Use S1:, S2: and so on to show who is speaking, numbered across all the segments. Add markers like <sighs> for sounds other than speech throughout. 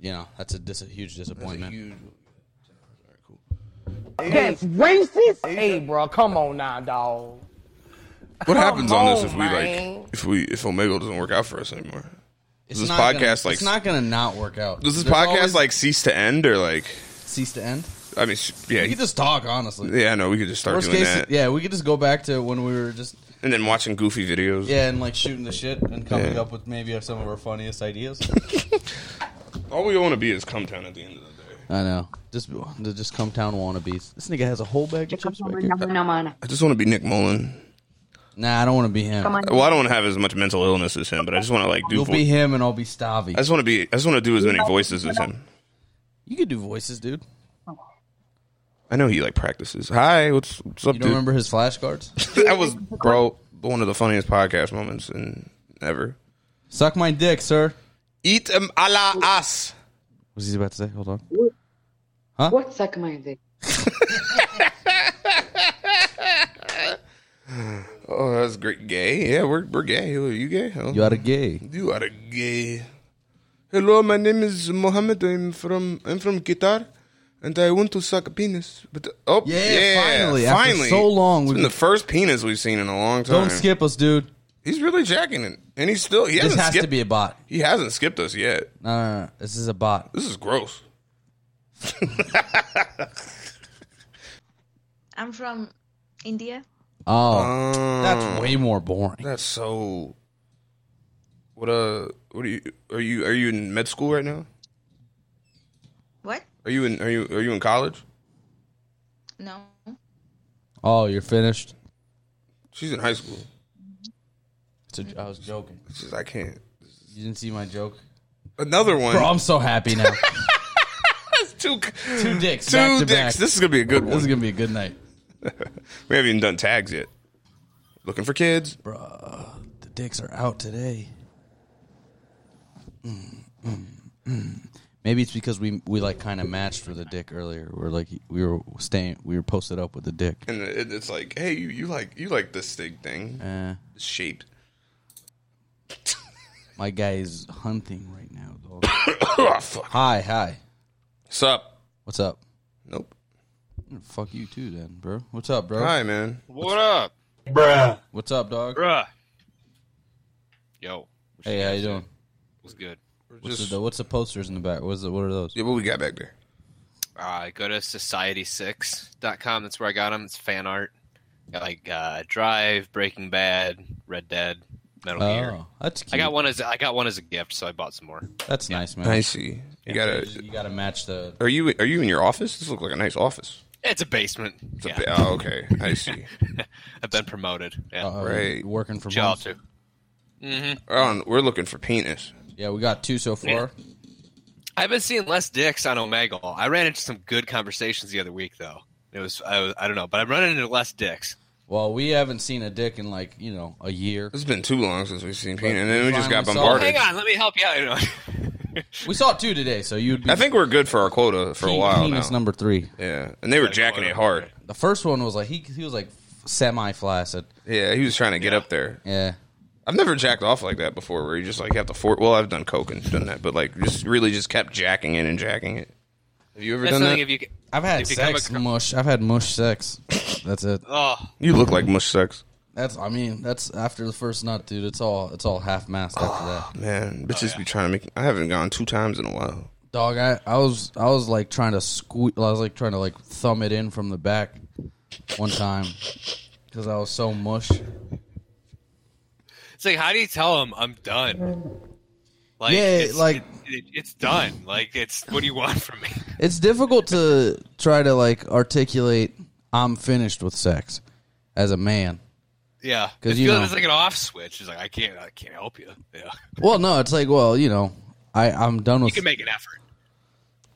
S1: you know, that's a dis- huge
S2: That's a
S1: disappointment.
S2: huge. All right, cool.
S3: That's racist. Hey, bro, come on now, dog.
S2: What happens on this
S3: on,
S2: if we
S3: man.
S2: like if we if Omega doesn't work out for us anymore?
S1: It's
S2: Does this
S1: not gonna-
S2: podcast, like-
S1: it's not going to not work out.
S2: Does this
S1: There's
S2: podcast
S1: always-
S2: like cease to end or like?
S1: cease to end?
S2: I mean, sh- yeah,
S1: We could just talk honestly.
S2: yeah. No, we could just start
S1: Worst
S2: doing
S1: case,
S2: that,
S1: yeah, we could just go back to when we were just
S2: and then watching goofy videos.
S1: yeah, and like shooting the shit and coming
S2: Yeah.
S1: up with maybe some of our funniest
S2: <laughs>
S1: ideas.
S2: All we want to be is come town at the end of the day.
S1: I know. Just the just come town wannabes. This nigga has a whole bag of chips back here.
S2: I just want to be Nick Mullen.
S1: Nah, I don't want to be him.
S2: Well, I don't want to have as much mental illness as him, but I just want to like do.
S1: You'll
S2: vo-
S1: be him and I'll be
S2: I
S1: Stavi.
S2: just want to be. I just want to do as many voices as him.
S1: You could do voices, dude.
S2: I know he like practices. Hi, what's what's
S1: You
S2: up, dude?
S1: don't remember his flashcards?
S2: <laughs> that was bro one of the funniest podcast moments in ever.
S1: Suck my dick, sir.
S2: Eat him a la us.
S1: What's he about to say? Hold on.
S4: What suck my dick?
S2: Oh, that's great. Gay? Yeah, we're we're gay. Are you gay? Oh,
S1: You are gay.
S2: you are gay. Hello, my name is Mohammed. I'm from I'm from Qatar, and I want to suck a penis. But oh
S1: Yeah, finally, after
S2: finally.
S1: so long,
S2: It's
S1: we-
S2: been the first penis we've seen in a long time.
S1: Don't skip us, dude.
S2: He's really jacking it, and he's still he
S1: This
S2: hasn't
S1: has
S2: skipped.
S1: to be a bot.
S2: he hasn't skipped us yet.
S1: No, no, no. This is a bot.
S2: This is gross.
S5: I'm from India.
S1: Oh,
S2: Um,
S1: that's way more boring.
S2: That's so. What uh? What are you? Are you are you in med school right now?
S5: What?
S2: Are you in? Are you are you in college?
S5: No.
S1: Oh, you're finished.
S2: She's in high school.
S1: It's a, I was joking.
S2: She's I can't.
S1: You didn't see my joke,
S2: Another
S1: <laughs>
S2: one.
S1: bro. I'm so happy now.
S2: <laughs> two
S1: <laughs> Two dicks,
S2: two
S1: back to
S2: dicks.
S1: back.
S2: This is gonna be a good
S1: this is
S2: one.
S1: gonna be a good night,
S2: We haven't even done tags yet. Looking for kids.
S1: bro. The dicks are out today. Mm, mm, mm. Maybe it's because we we like kind of matched with a dick earlier. We're like we were staying, we were posted up with a dick.
S2: And it, it's like, hey, you, you like you like this big thing
S1: Uh,
S2: It's shaped. <coughs>
S1: my guy is hunting right now. Dog.
S2: oh fuck.
S1: hi, hi.
S2: Sup?
S1: What's up?
S2: Nope.
S1: Fuck you too, then, bro. What's up, bro?
S2: Hi, man.
S6: What up,
S1: What's up, dog?
S6: bruh? Yo, what you
S1: Hey, how
S6: guys
S1: you doing?
S6: What's good?
S1: What's
S2: Just-
S1: the, what's the posters in the back? What's the, what are those?
S2: Yeah, what we got back there?
S6: Uh, go to society6.com. That's where I got them. It's fan art. Got like uh, Drive, Breaking Bad, Red Dead, Metal Gear.
S1: Oh, that's cute.
S6: I got one as I got one as a gift, so I bought some more.
S1: That's nice, man.
S2: I see. You got
S1: You
S2: a
S1: just- You got to match the.
S2: Are you are you in your office? This looks like a nice office.
S6: It's a basement.
S2: It's a
S6: yeah.
S2: ba- oh, okay, I see.
S6: <laughs> I've been promoted. Yeah.
S1: Uh,
S2: Right.
S1: Working from home.
S6: Y'all too.
S2: Oh, we're looking for penis.
S1: Yeah, we got two so far.
S6: I've been seeing less dicks on Omegle. I ran into some good conversations the other week though. It was I, was, I don't know, but I'm running into less dicks.
S1: Well, we haven't seen a dick in like you know a year.
S2: It's been too long since we've seen penis, and
S1: we
S2: then we just got
S1: finally saw it.
S2: bombarded.
S6: Hang on, let me help you <laughs> out. You know?
S1: We saw two today, so you'd be.
S2: I think we're good for our quota for a
S1: pe-
S2: while now.
S1: penis number three.
S2: yeah, and they were jacking it hard.
S1: The first one was like he he was like semi flaccid.
S2: Yeah, he was trying to get up there.
S1: Yeah.
S2: I've never jacked off like that before, where you just like have to for. Well, I've done coke and done that, but like just really just kept jacking it and jacking it. Have you ever
S6: That's
S2: done
S6: something
S2: that?
S6: if
S2: You-,
S6: you can-
S1: I've had
S6: If you come
S1: sex
S6: acro-
S1: mush. I've had mush sex. That's it.
S6: oh
S2: look like mush sex,
S1: That's I mean that's after the first nut, dude. It's all it's all half mast after that.
S6: Oh,
S2: man. Bitches be trying to make. I haven't gone two times in a while.
S1: Dog, I, I was I was like trying to squeeze. I was like trying to like thumb it in from the back one time because I was so mush.
S6: It's like, how do you tell them I'm done? Like,
S1: Yeah,
S6: it's,
S1: like-
S6: it, it- it's done. Like, it's what do you want from me? <laughs>
S1: It's difficult to try to like articulate. I'm finished with sex as a man.
S6: Yeah,
S1: <laughs> 'Cause
S6: it
S1: you
S6: feels
S1: know-
S6: it's like an off switch. It's like I can't, I can't help you. Yeah,
S1: Well, no, it's like well, you know, I I'm done
S6: you
S1: with.
S6: can make an effort.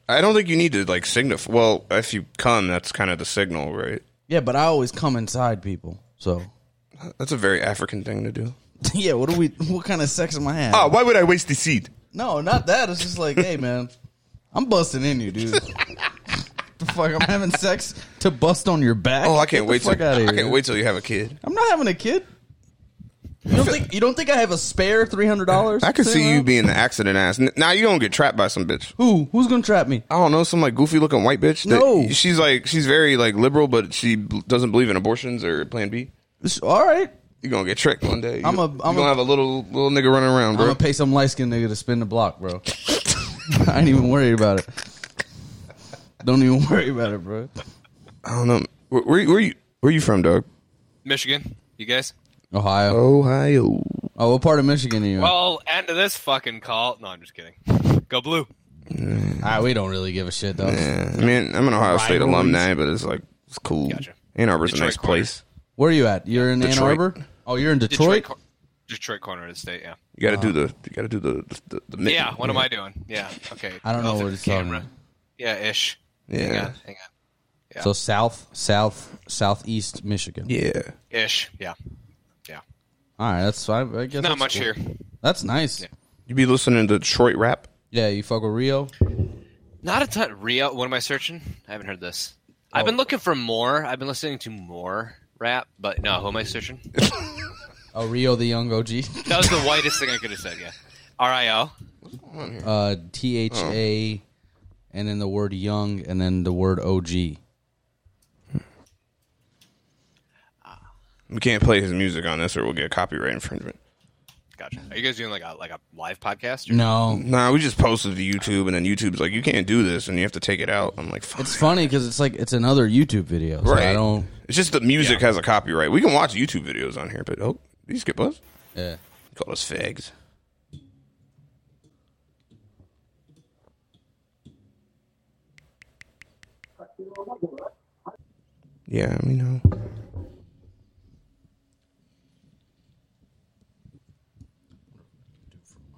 S2: I don't think you need to like signify. Well, if you come, that's kind of the signal, right?
S1: yeah, but I always come inside people. So <laughs>
S2: That's a very African thing to do.
S1: yeah, what do we? What kind of sex am I having?
S2: Ah, why would I waste the seed?
S1: No, not that. It's just like, hey, man, I'm busting in you,
S2: <laughs>
S1: dude. the fuck, I'm having sex to bust on your back.
S2: Oh, I can't
S1: Get
S2: wait
S1: the fuck
S2: till
S1: outta
S2: I
S1: here,
S2: can't
S1: dude.
S2: wait till you have a kid.
S1: I'm not having a kid. You don't think you don't think I have a spare three hundred dollars?
S2: I could see you being the accident ass. N- Now you don't get trapped by some bitch.
S1: Who? Who's gonna trap me?
S2: I don't know some like goofy looking white bitch. that-
S1: No.
S2: she's like she's very like liberal, but she b- doesn't believe in abortions or Plan B.
S1: It's- All right,
S2: You are gonna get tricked one day.
S1: I'm a-
S2: You-
S1: I'm
S2: you
S1: a-
S2: gonna have a little little nigga running around,
S1: I'm
S2: bro.
S1: gonna pay some light skinned nigga to spin the block,
S2: <laughs>
S1: bro. I ain't even worried about it. Don't even worry about it, bro.
S2: I don't know. Where, where, where you where you from, dog?
S6: Michigan, you guys?
S1: Ohio.
S2: Ohio.
S1: Oh, what part of Michigan are you? in?
S6: Well, end of this fucking call. No, I'm just kidding. Go blue.
S1: Ah, we don't really give a shit though.
S2: Yeah, I mean I'm an Ohio State alumni, but it's like it's cool.
S6: Gotcha.
S2: Ann Arbor's a
S6: Detroit
S2: nice
S6: corner.
S2: place.
S1: Where are you at? You're in Ann
S2: Detroit.
S1: Arbor. Oh, you're in Detroit.
S6: cor- Detroit corner of the state, yeah.
S2: You gotta do
S1: Uh-huh.
S2: the you gotta do the the, the, the
S6: Yeah, what am I doing? Yeah, okay.
S1: I don't know
S6: Off
S1: what
S6: the
S1: it's talking about.
S6: Yeah, ish. Hang
S2: Yeah.
S6: on, hang on. Yeah.
S1: So south, south, southeast Michigan.
S2: Yeah.
S6: Ish, yeah. Yeah.
S1: All right, that's I, I guess
S6: Not
S1: that's
S6: much
S1: cool.
S6: here.
S1: That's nice. Yeah.
S6: Yeah.
S2: You be listening to Detroit rap?
S1: you fuck with Rio.
S6: Not a ton. Rio, what am I searching? I haven't heard this. I've been looking for more. I've been listening to more rap, but no, who am I searching?
S1: Oh, Rio the young OG.
S6: that was the whitest thing I could have said, yeah. R.I.O.
S1: Uh, T H A, and then the word young, and then the word OG.
S2: We can't play his music on this or we'll get copyright infringement.
S6: Gotcha. Are you guys doing like a like a live podcast? Or-
S1: No,
S2: Nah, we just posted to YouTube, and then YouTube's like, you can't do this, and you have to take it out. I'm like, fuck.
S1: it's funny because it's like it's another YouTube video. So
S2: right.
S1: I don't.
S2: It's just the music has a copyright. We can watch YouTube videos on here, but oh, you skip us?
S1: Yeah.
S2: You call us fags. Yeah, uh, we know.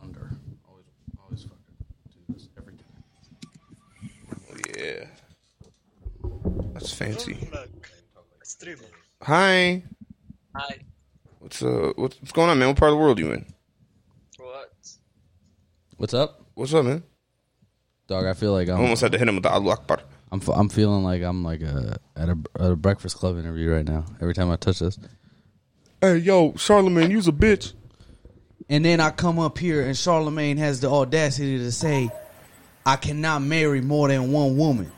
S1: Under. Always, always fucking do this every time.
S2: Yeah. That's fancy.
S7: Streamer.
S2: Hi.
S7: Hi.
S2: What's uh what's, what's going on, man? What part of the world you in?
S7: What?
S1: What's up,
S2: What's up, man?
S1: dog? I feel like I'm.
S2: I almost had to hit him with the Allahu Akbar.
S1: I'm, f- I'm feeling like I'm like a, at a at a Breakfast Club interview right now. Every time I touch this,
S2: Hey, yo, Charlemagne, you's a bitch.
S1: and then I come up here and Charlemagne has the audacity to say, "I cannot marry more than one woman."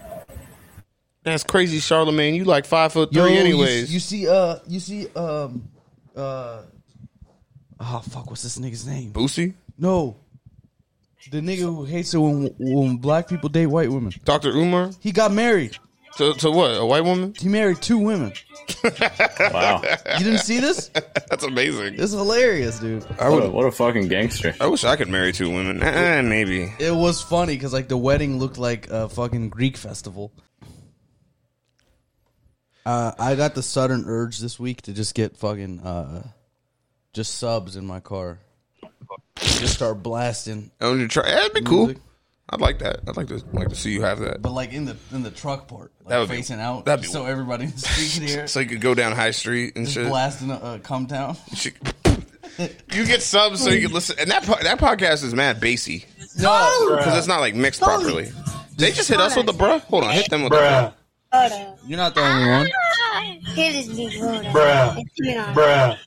S2: That's crazy, Charlemagne. You like five foot three,
S1: Yo, you-
S2: anyways.
S1: You, see, uh, you see, um, uh, oh fuck, what's this nigga's name?
S2: Boosie,
S1: No, the nigga who hates it when when black people date white women.
S2: Doctor Umar,
S1: He got married.
S2: to, to what? A white woman?
S1: He married two women.
S8: <laughs>
S9: Wow.
S1: You didn't see this?
S2: <laughs> That's amazing.
S1: It's hilarious, dude.
S2: I
S9: What a,
S2: would.
S9: what a fucking gangster.
S2: I wish I could marry two women. Eh, maybe.
S1: It was funny because like the wedding looked like a fucking Greek festival. Uh, I got the sudden urge this week to just get fucking uh, just subs in my car. Just start blasting
S2: I want you to try. eh, That'd be cool.
S1: Music.
S2: I'd like that. I'd like to like to see you have that.
S1: but like in the in the truck part, like
S2: That would be-
S1: facing out,
S2: that'd be-
S1: so everybody in the street
S2: <laughs>
S1: can hear it.
S2: So you could go down High Street and shit.
S1: blasting a uh, come down.
S2: She- <laughs> You get subs so you can listen. And that po- that podcast is mad bassy
S1: <laughs> No,
S2: because it's not like mixed properly. They just hit us with the bruh. Hold on, hit them with the
S10: Bruh,
S1: you're not the only one.
S10: here is big hold up.
S7: Bruh.
S10: You know,
S7: Bruh.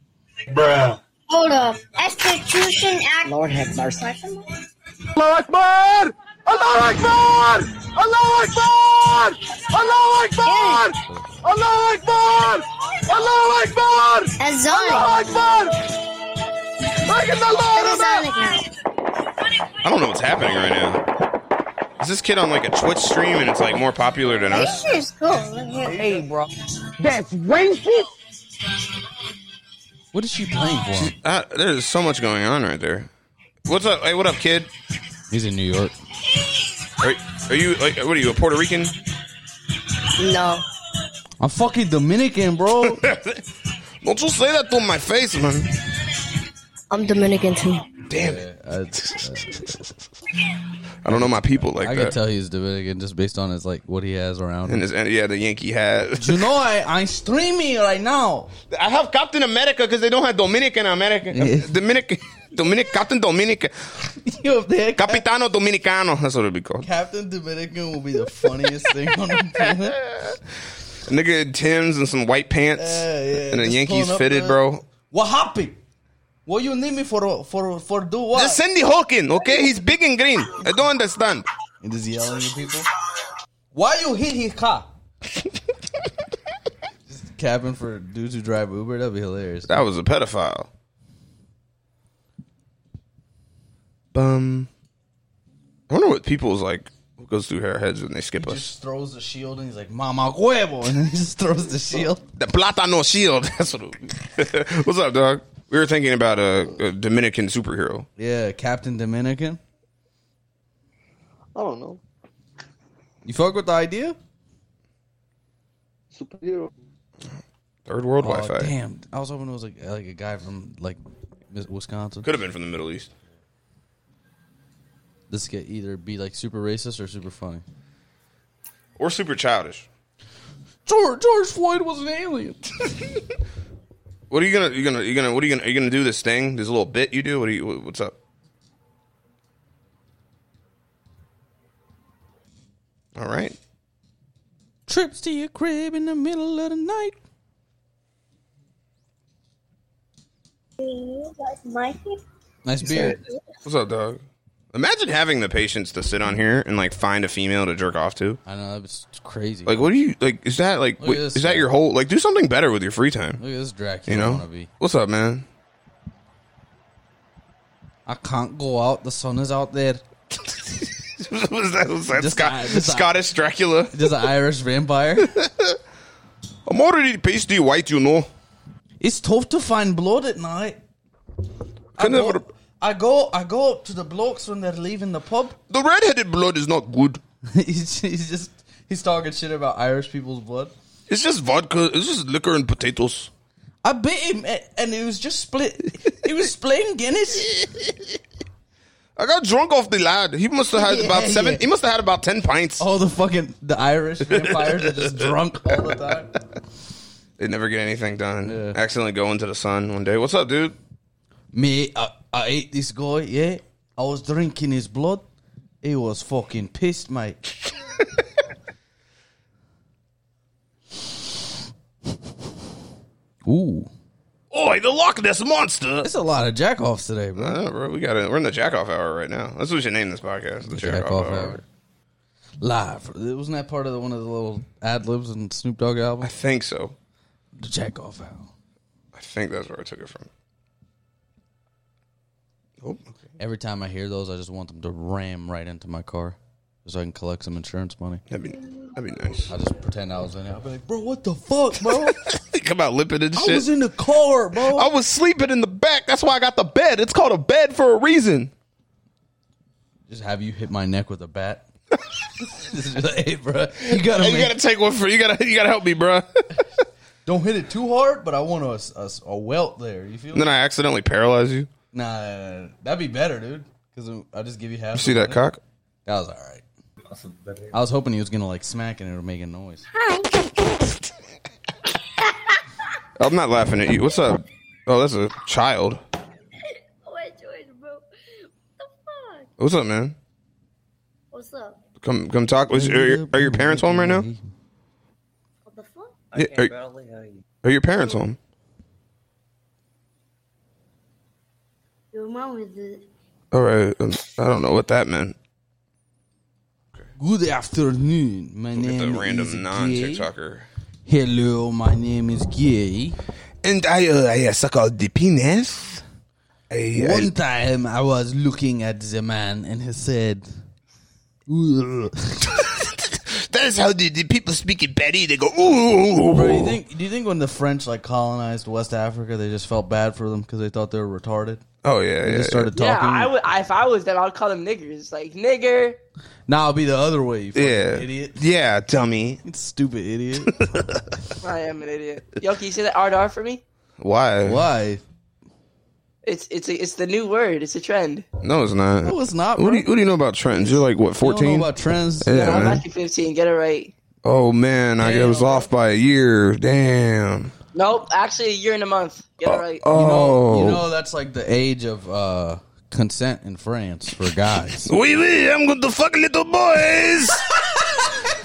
S7: Bruh.
S10: hold up. Execution Act.
S3: Lord have mercy.
S10: That's Sonic. Look at Sonic now.
S2: I don't know what's happening right now. Is this kid on like a Twitch stream and it's like more popular than us?
S10: This is cool. Look here.
S3: Hey, bro. That's racist.
S1: What is she playing for?
S2: Uh, there's so much going on right there. What's up? Hey, what up, kid?
S1: He's in New York.
S2: Are, are you like what are you a Puerto Rican?
S10: No.
S1: I'm fucking Dominican,
S2: <laughs>
S1: bro.
S2: Don't you say that to my face, man.
S10: I'm Dominican too.
S2: Damn it!
S1: I,
S2: I don't know my people like
S1: I
S2: that.
S1: can tell he's Dominican just based on his like what he has around. him.
S2: And his, and yeah, the Yankee hat. <laughs>
S1: You know, I, I'm streaming right now. <laughs>
S2: I have Captain America because they don't have Dominican American. Dominican. Dominic, Captain Dominica,
S1: You up there?
S2: Capitano Dominicano. That's what it'd be called.
S1: Captain Dominican will be the funniest thing on the planet.
S2: nigga in Tim's and some white pants
S1: Uh, Yeah, yeah,
S2: and a
S1: just
S2: Yankees
S1: pulling up
S2: fitted,
S1: the-
S2: bro.
S1: What happened? What you need me for? For for do what?
S2: Just Sandy Hawking, okay? He's big and green. I don't understand.
S1: And is yelling at people. Why you hit his car? <laughs> Just capping for dudes who drive Uber. That'd be hilarious.
S2: That was a pedophile. Um, I wonder what people's like what goes through their heads when they skip
S1: He
S2: us.
S1: just throws the shield and he's like, "Mama huevo," <laughs> and then he just throws the shield.
S2: The Platano Shield. <laughs> That's what. It, what's up, dog? We were thinking about a, a Dominican superhero.
S1: Yeah, Captain Dominican.
S11: I don't know.
S1: You fuck with the idea?
S11: Superhero.
S2: Third world
S1: Oh,
S2: Wi-Fi.
S1: Damn, I was hoping it was like like a guy from like Mis- Wisconsin.
S2: Could have been from the Middle East.
S1: This could either be like super racist or super funny.
S2: Or super childish.
S1: George, George Floyd was an alien. <laughs>
S2: What are you gonna? You gonna? You gonna? What are you gonna? Are you gonna do this thing? This little bit you do? What are you? What's up? All right.
S1: Trips to your crib in the middle of the night. Nice beard.
S2: What's up, dog? Imagine having the patience to sit on here and like find a female to jerk off to.
S1: I know it's it's crazy.
S2: Like, what do you like? Is that like?
S1: Look at
S2: Wait,
S1: this
S2: is that
S1: guy.
S2: your whole like? Do something better with your free time.
S1: Look at this Dracula.
S2: You
S1: I
S2: know.
S1: wanna be.
S2: What's up, man? <laughs>
S1: I can't go out. The sun is out there.
S2: was that, was that
S1: This
S2: Scot-
S1: guy- this guy-
S2: Scottish Dracula?
S1: There's an Irish <laughs> vampire.
S2: I'm already pasty white, you know.
S1: It's tough to find blood at night. I
S2: Can
S1: go,
S2: never-
S1: I go, I go up to the blokes when they're leaving the <laughs> pub.
S2: The redheaded blood is not good.
S1: he's, he's just he's talking shit about Irish people's blood.
S2: It's just vodka. It's just liquor and potatoes.
S1: I bit him, a- and it was just split. It was splitting Guinness.
S2: I got drunk off the lad. He must have
S1: <laughs>
S2: had
S1: Yeah,
S2: about seven.
S1: yeah. Oh.
S2: He must have had about ten pints.
S1: <laughs> All the fucking the Irish vampires are just drunk all the time.
S2: They never get anything done.
S1: Yeah.
S2: Accidentally go into the sun one day. What's up, dude?
S1: Me, I, I ate this guy. Yeah, I was drinking his blood. He was fucking pissed, mate. Ooh,
S2: Oi, the Loch Ness monster.
S1: it's a lot of jack offs today, bro.
S2: Uh, bro, we got it. We're in the jack off hour right now. That's what we should name this podcast. The, jack, off, hour.
S1: Live. Wasn't that part of the, one of the little ad libs and Snoop Dogg
S2: I
S1: album?
S2: think so.
S1: The jack off hour.
S2: I think that's where I took it from. Oh, okay.
S1: Every time I hear those, I just want them to ram right into my car so I can collect some insurance money.
S2: That'd be that'd be nice.
S1: I just pretend I was in it. I'll be like, bro, what the fuck, <laughs> bro?
S2: Think about lipping and
S1: I
S2: shit.
S1: was in the car, bro.
S2: I was sleeping in the back. That's why I got the bed. It's called a bed for a reason.
S1: just have you hit my neck with a bat. <laughs> Just be like, hey, bro, you gotta,
S2: Hey, you
S1: make-
S2: gotta take one for you. Gotta you gotta help me,
S1: <laughs>
S2: bro.
S1: don't hit it too hard, but I want a, a, a welt there. You feel?
S2: And
S1: me?
S2: then I accidentally paralyze you.
S1: Nah, nah, nah, nah. that'd be better, dude. Because I just give you half.
S2: You see that cock?
S1: That was all right. I was hoping he was gonna like smack and it would make a noise.
S2: I'm not laughing at you. What's up? Oh, that's a
S10: <laughs>
S2: child.
S10: Wait, George, bro. What the fuck?
S2: What's up, man?
S10: What's up?
S2: Come come talk. Was- Are your, are your parents home right now?
S10: What the fuck?
S2: Yeah,
S7: I
S2: are,
S7: barely hear you.
S2: are your parents home?
S10: Your mom is the
S2: All right. um, I don't know what that meant.
S1: Good afternoon. My
S7: E
S1: name is Gay. Hello, my name is Gay.
S2: And I, uh, I uh, suck out the penis. I, I-
S1: One time I was looking at the man and he said, "Ugh."
S2: <laughs> that is how the, the people speak in Betty. They go, ooh.
S1: Bro, you think, do you think when the French like colonized West Africa, they just felt bad for them because they thought they were retarded?
S2: oh, yeah,
S1: They
S2: yeah.
S1: just started
S11: Yeah,
S1: talking.
S11: I would. If I was them, I'd call them niggers. Like nigger.
S1: now it'll be the other way, you fucking
S2: yeah.
S1: idiot. <laughs>
S2: Yeah, dummy.
S1: Stupid idiot.
S11: I am an idiot. Yo, can you say that RR for me?
S2: Why?
S1: Why?
S11: It's it's a, it's the new word. It's a trend.
S2: No, it's not.
S1: No, it's not,
S2: What do,
S1: bro.
S2: you, what do you know about trends? You're like,
S1: You
S2: what,
S1: don't know
S2: 14?
S1: about trends.
S2: Yeah,
S11: I'm
S2: man.
S11: actually 15. Get it right.
S2: Oh, man. I was off by a year. Damn.
S11: Nope. Actually, a year and a month. Get it right.
S1: You
S2: Oh.
S1: know, you know that's like the age of uh, consent in France for guys.
S2: Wee wee, I'm going to fuck little boys.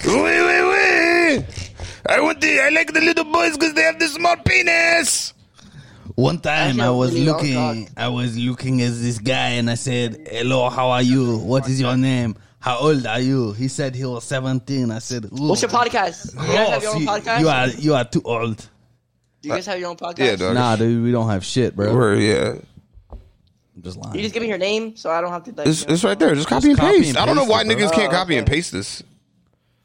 S2: wee wee wee. I want the, I like the little boys because they have the small penis.
S1: <laughs> One time I
S11: Actually,
S1: was
S11: we all
S1: looking, I was looking at this guy and I said, "Hello, how are you? What is your name? How old are you?" He said he was seventeen. I said, "Ooh,
S11: What's your
S1: <laughs>
S11: podcast? You guys have your
S1: gross.
S2: Oh,
S11: own
S1: You,
S11: podcast?
S1: you are you are too old."
S11: Do you guys have your own podcast?
S2: Yeah, dog.
S1: Nah, dude, we don't have shit, bro.
S2: We're- yeah.
S1: I'm just
S11: You
S1: lying.
S11: just give me your name so I don't have to like.
S2: It's,
S11: you know,
S2: it's right there. Just copy
S1: Just
S2: and
S1: copy
S2: paste.
S1: and
S2: I don't know
S1: paste
S2: why
S1: it, bro.
S2: niggas can't copy and paste this.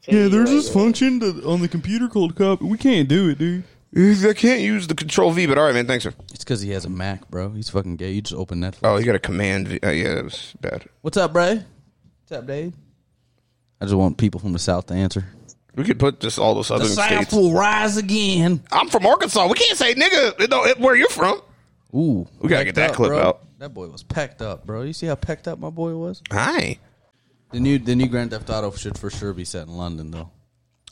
S11: say you right there.
S12: function to, on the computer called cup. We can't do it, dude.
S2: I can't use the control V, but all right, man. Thanks, sir.
S1: It's because he has a Mac, bro. He's fucking gay. You just open Netflix.
S2: Oh, you got a command V. Uh, yeah, that was bad.
S1: What's up, bro? What's up, Dave? I just want people from the South to answer.
S2: We could put just all those southern states.
S1: will rise again.
S2: I'm from Arkansas. We can't say nigga you know, where you're from.
S1: Ooh,
S2: We gotta
S1: pecked
S2: get that clip
S1: bro.
S2: out.
S1: That boy was pecked up, bro. You see how pecked up my boy was?
S2: Hi.
S1: The new the new Grand Theft Auto should for sure be set in London though.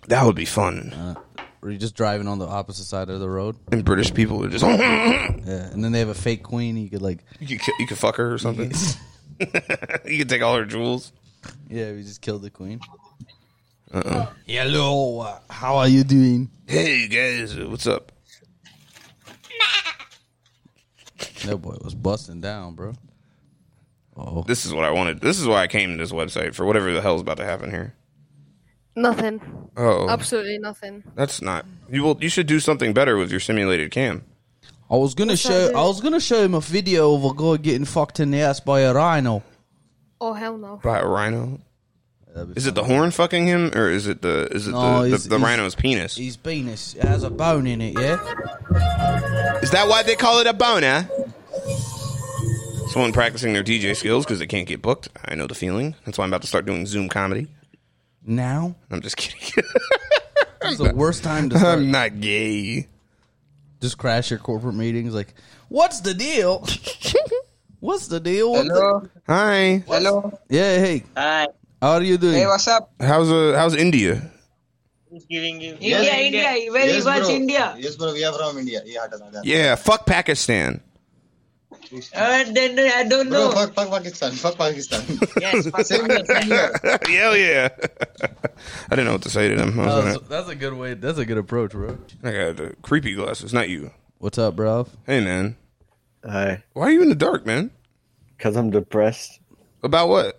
S2: That would be fun.
S1: Where you just driving on the opposite side of the road.
S2: and British people are just. <laughs> you,
S1: Yeah. And then they have a fake queen you could like
S2: could, you could fuck her
S1: <laughs>
S2: or something. <laughs> you could take all her jewels.
S1: Yeah, we just killed the queen.
S2: Uh-uh.
S1: Hello, uh, how are you doing?
S2: Hey, guys, what's up?
S1: That boy was busting down, bro. Oh.
S2: This is what I wanted. This is why I came to this website for whatever the hell's about to happen here.
S10: Nothing.
S2: Oh,
S10: Absolutely nothing.
S2: that's not. You will. You should do something better with your simulated cam.
S1: I was gonna show I was gonna show him a video of a guy getting fucked in the ass by a rhino.
S10: Oh hell no.
S2: By a rhino. Is it the horn fucking him, or is it the is it
S1: No,
S2: the,
S1: he's-
S2: the, the
S1: he's-
S2: rhino's penis?
S1: His penis it has a bone in it, yeah?
S2: Is that why they call it a boner? Someone practicing their DJ skills because they can't get booked. I know the feeling. That's why I'm about to start doing Zoom comedy.
S1: Now
S2: I'm just <laughs> kidding.
S1: it's the worst time
S12: <laughs>
S1: to start. <laughs>
S2: I'm not gay.
S1: just crash your corporate meetings like what's the
S12: <laughs>
S1: deal what's the deal What's the-
S2: Hi.
S3: Hello.
S1: yeah hey
S7: Hi.
S1: how are you doing
S3: Hey, what's up?
S2: How's uh, how's India?
S7: Who's giving you?
S5: India, India, very much India.
S13: Yes, bro, we are from India. Yeah, it doesn't matter.
S2: Yeah, fuck Pakistan. <laughs>
S5: Uh, then I don't
S13: Bro,
S5: know.
S13: fuck, fuck Pakistan. Fuck Pakistan.
S5: yes,
S13: Same here.
S2: Hell yeah. <laughs> I didn't know what to say to them. I was
S1: Uh,
S2: gonna-
S1: so that's a good way that's a good approach bro
S2: I got the creepy glasses, not you.
S1: what's up bro
S2: Hey man,
S8: <laughs> Hi,
S2: why are you in the dark, man?
S8: because I'm depressed.
S2: About what?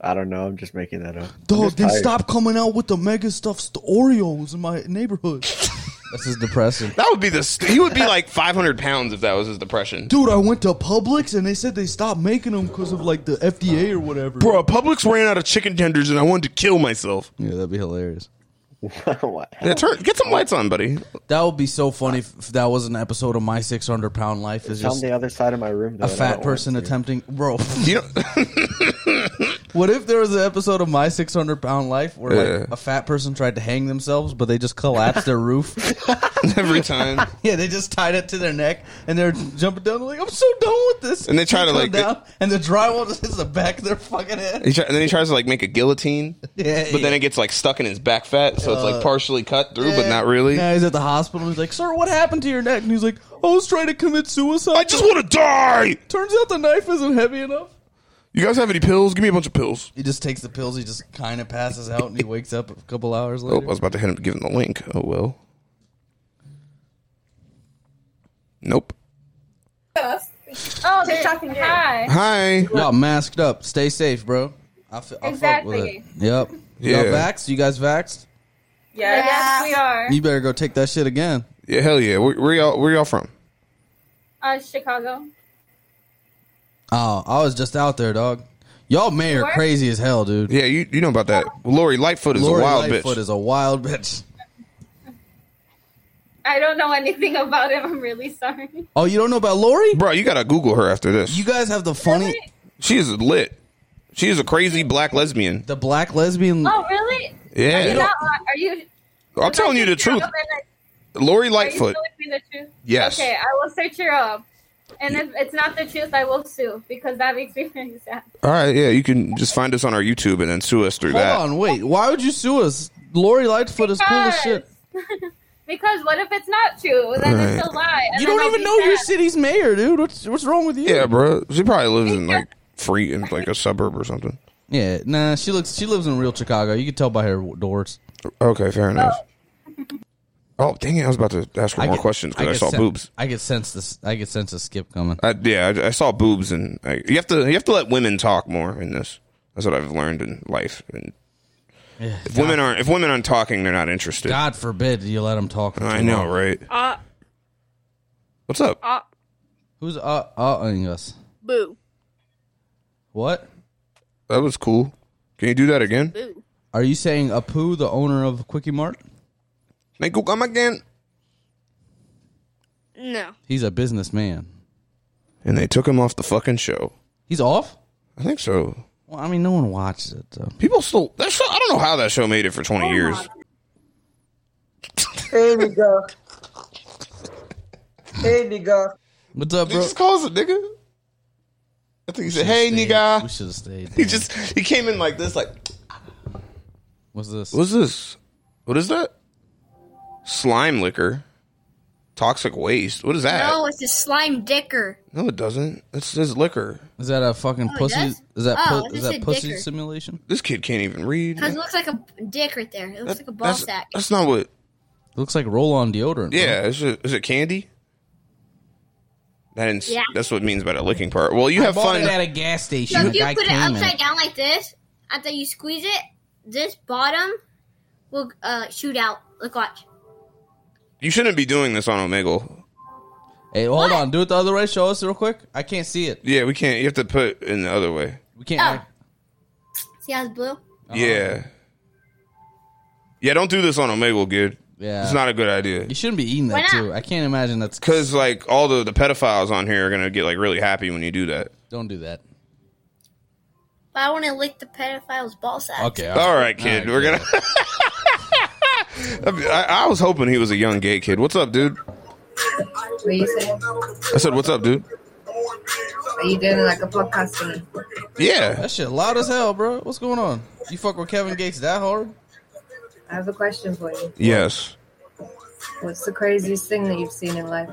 S8: I don't know. I'm just making that up. I'm
S12: Dog,
S8: just
S12: then
S8: tired.
S12: stop coming out with the mega stuffs, the Oreos in my neighborhood.
S1: this is
S3: <laughs>
S1: depressing
S2: That would be the. St- he would be like 500 pounds if that was his depression.
S12: Dude, I went to Publix and they said they stopped making them because of like the FDA or whatever.
S2: Bro, Publix ran out of chicken tenders and I wanted to kill myself.
S1: yeah that'd be hilarious
S8: <laughs> What?
S2: Yeah, turn, get some lights on, buddy.
S1: that would be so funny if if that was an episode of my 600 pound life is
S8: It's on
S1: just
S8: the other side of my room. Though,
S1: a
S8: and I
S1: fat
S8: don't
S1: person
S8: want to.
S1: attempting bro <laughs>
S2: You know, <laughs>
S1: what if there was an episode of my 600 pound life where
S2: Yeah.
S1: like a fat person tried to hang themselves but they just collapsed their
S2: <laughs>
S1: roof
S2: every time.
S1: Yeah, they just tied it to their neck and they're jumping down. They're like, I'm so done with this.
S2: And they try to,
S1: come
S2: like,
S1: down, and the drywall just hits the back of their fucking head.
S2: He try, and then he tries to like make a guillotine,
S1: Yeah,
S2: but then
S1: yeah.
S2: it gets like stuck in his back fat, so it's
S1: Uh,
S2: like partially cut through, but
S1: Yeah.
S2: not really.
S1: Now he's at the hospital. He's like, Sir, what happened to your neck? And he's like, I was trying to commit suicide.
S2: I just want to die.
S1: <laughs> Turns out the knife isn't heavy enough.
S2: You guys have any pills? Give me a bunch of pills.
S1: He just takes the pills. He just kind of passes out, and he wakes up a couple hours
S2: Oh, I
S1: later.
S2: was about to hit him, give him the link. Oh well. Nope.
S10: Oh, they're talking hi.
S2: Hi.
S1: Y'all masked up. Stay safe, bro. I f- I fuck with it.
S10: Exactly.
S1: Yep.
S2: Yeah.
S1: Y'all vaxxed? You guys vaxxed?
S10: Yes, we are.
S1: You better go take that shit again.
S2: Yeah, hell yeah. Where, where y'all? Where y'all from?
S10: Uh, Chicago.
S1: Oh, I was just out there, dog. Y'all may are
S10: Where?
S1: crazy as hell, dude.
S2: Yeah, you you know about that. Lori Lightfoot is
S1: Lori
S2: a wild
S1: Lightfoot
S2: bitch.
S1: is a wild bitch.
S10: I don't know anything about him. I'm really sorry.
S1: Oh, you don't know about Lori?
S2: Bro, you gotta Google her after this.
S1: You guys have the funny,
S2: she is lit. She is a crazy black lesbian.
S1: the black lesbian.
S10: Oh, really? Are you
S2: Yeah,
S10: not? Are you?
S2: I'm telling you the truth. Lori
S10: Lightfoot.
S2: Lightfoot.
S10: Are you telling me the truth?
S2: Yes.
S10: Okay, I will search her up. And if it's not the truth, I will sue because that makes me <laughs> very sad.
S2: All right, yeah, you can just find us on our YouTube and then sue us through
S1: Hold
S2: that.
S1: on, wait. Why would you sue us? Lori Lightfoot is cool as shit.
S10: because what if it's not true? Then it's a lie. and
S1: You
S10: then
S1: don't
S10: I'll
S1: even
S10: be
S1: know your
S10: sad.
S1: city's mayor, dude. What's what's wrong with you?
S2: Yeah, bro. She probably lives in like free in like a suburb or something.
S1: Yeah, nah. She looks. She lives in real Chicago. You can tell by her doors.
S2: Okay, fair enough. Oh dang it! I was about to ask her more
S1: get-
S2: questions because I,
S1: get
S2: saw
S1: sen-
S2: boobs.
S1: I could sense this. I could sense a skip coming.
S2: I, yeah, I, I saw boobs, and I, you have to you have to let women talk more in this. That's what I've learned in life. And
S1: Yeah.
S2: if women aren't if women aren't talking, they're not interested.
S1: God forbid you let him talk. For
S2: I
S1: too
S2: know,
S1: long.
S2: right?
S14: Uh,
S2: What's up?
S14: uh,
S1: Who's uh uhing us?
S14: boo.
S1: What?
S2: That was cool. Can you do that again?
S14: Boo.
S1: Are you saying Apu, the owner of Quickie Mart?
S2: Make you come again.
S14: No.
S1: He's a businessman.
S2: And they took him off the fucking show.
S1: He's off.
S2: I think so.
S1: Well, I mean, no one watches it though.
S2: People still. That show, I don't know how that show made it for
S14: Oh
S2: twenty years.
S7: Hey, nigga. hey, nigga.
S1: What's up,
S2: He just calls it nigga. I think he said, "Hey, nigga."
S1: We should have stayed.
S2: He just he came in like this, like
S1: What's this?
S2: What's this? What is that? Slime liquor. Toxic waste. What is that?
S14: No, it's a slime dicker.
S2: No, it doesn't. It says liquor.
S1: Is that a fucking
S14: Oh, it pussy- does? is that Oh, pu- I is that said pussy dicker.
S1: simulation?
S2: This kid can't even read.
S14: Because it looks like a dick right there. It looks like a ball
S2: That's,
S14: sack.
S2: that's not what.
S1: Looks like roll-on deodorant.
S2: Yeah, is it, is it candy? That ins-
S14: Yeah.
S2: That's what it means by the licking part. Well, you
S1: I
S2: have
S1: bought
S2: fun.
S1: it at a gas station.
S14: So
S1: A
S14: if you
S1: guy
S14: put it
S1: came in.
S14: upside down like this, after you squeeze it, this bottom will uh, shoot out. Look, watch.
S2: You shouldn't be doing this on Omegle.
S1: Hey, hold on. Do it the other way. Show us real quick. I can't see it.
S2: Yeah, we can't. You have to put in the other way.
S1: We can't.
S14: Oh. See how it's blue?
S2: Uh-huh. Yeah. Yeah, don't do this on Omegle, kid.
S1: Yeah.
S2: It's not a good idea.
S1: You shouldn't be eating
S14: Why
S1: that
S14: not?
S1: too. I can't imagine that's.
S2: Because like all the the pedophiles on here are gonna get like really happy when you do that.
S1: Don't do that.
S14: But I want to lick the pedophile's ball sack.
S1: Okay.
S2: all right, kid. we're gonna. <laughs> I, I was hoping he was a young gay kid. What's up, dude?
S15: What you say?
S2: I said, "What's up, dude?"
S15: Are you doing like a podcast for me?
S2: Yeah.
S1: That shit loud as hell, bro. What's going on? You fuck with Kevin Gates that hard?
S15: I have a question for you.
S2: Yes.
S15: What's the craziest thing that you've seen in life?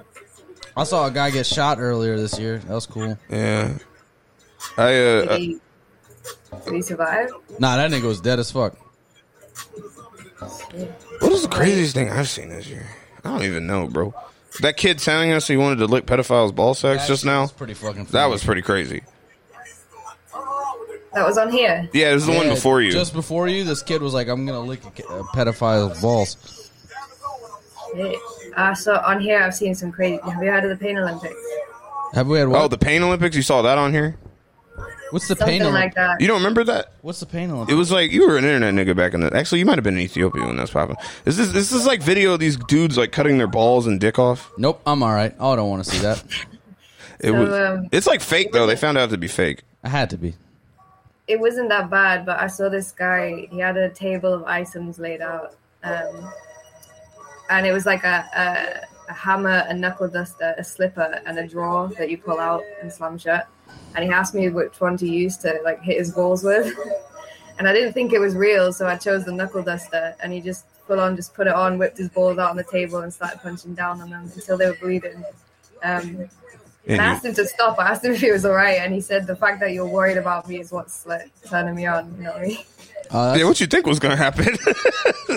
S1: I saw a guy get shot earlier this year. That was cool.
S2: Yeah. I
S15: Did,
S2: uh.
S15: he, did he survive?
S1: Nah, that nigga was dead as fuck.
S2: What is the craziest thing I've seen this year? I don't even know, bro. That kid telling us he wanted to lick pedophiles' ball sacks
S1: That
S2: just
S1: shit
S2: now.
S1: was pretty fucking
S2: That
S1: funny.
S2: was pretty crazy.
S15: That was on here.
S2: Yeah, this is the one
S1: Yeah,
S2: before you.
S1: Just before you, this kid was like, "I'm gonna lick a, ki- a pedophile's balls."
S15: Yeah. Uh, so on here, I've seen some crazy. Have you heard of the Pain Olympics?
S1: Have we had
S2: Oh, the pain Olympics. You saw that on here.
S1: What's the
S15: Something
S1: pain? Olymp-
S15: like that.
S2: You don't remember that?
S1: What's the pain? Olymp-
S2: It was like you were an internet nigga back in the. Actually, you might have been in Ethiopia when that was popping. Is this this is like video of these dudes like cutting their balls and dick off?
S1: Nope, I'm all right. Oh, I don't want to see
S2: <laughs>
S1: that.
S2: It
S15: So,
S2: was.
S15: um,
S2: it's like fake though. They found out to be fake.
S1: I had to be.
S15: it wasn't that bad, but I saw this guy. He had a table of items laid out, um, and it was like a, a, a hammer, a knuckle duster, a slipper, and a drawer that you pull out and slam shut. And he asked me which one to use to like hit his balls with, <laughs> and I didn't think it was real, so I chose the knuckle duster. And he just full on just put it on, whipped his balls out on the table, and started punching down on them until they were bleeding. Um,
S2: And
S15: and I asked him to stop. I asked him if he was all right, and he said the fact that you're worried about me is what's like turning me on. You know what I mean? <laughs>
S1: Uh,
S2: yeah, what you think was gonna happen?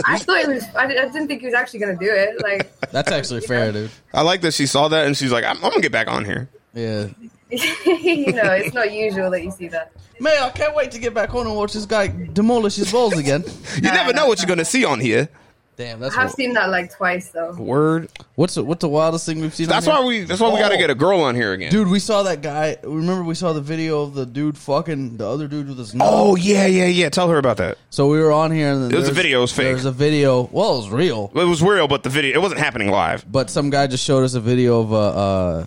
S15: I thought it was. I, di- I didn't think he was actually going to do it. Like, <laughs>
S1: That's actually fair, dude.
S2: I like that she saw that and she's like, I'm, I'm gonna get back on here.
S1: Yeah.
S15: you know, it's not usual that you see that.
S1: Man, I can't wait to get back on and watch this guy demolish his balls again.
S2: You never know what you're gonna see on here.
S1: <laughs> Damn, that's
S15: I have seen that like twice though.
S2: Word.
S1: What's the, what's the wildest thing we've seen?
S2: That's
S1: on
S2: why
S1: here?
S2: we. That's why we gotta
S1: Oh.
S2: get a girl on here again.
S1: Dude, we saw that guy. Remember, we saw the video of the dude fucking the other dude with his. Nose.
S2: Oh yeah, yeah, yeah. Tell her about that.
S1: So we were on here, and then
S2: It was a
S1: there's-
S2: video. It was
S1: There
S2: fake.
S1: was a video. Well, it was real,
S2: It was real, but the video. It wasn't happening live.
S1: but some guy just showed us a video of uh, uh,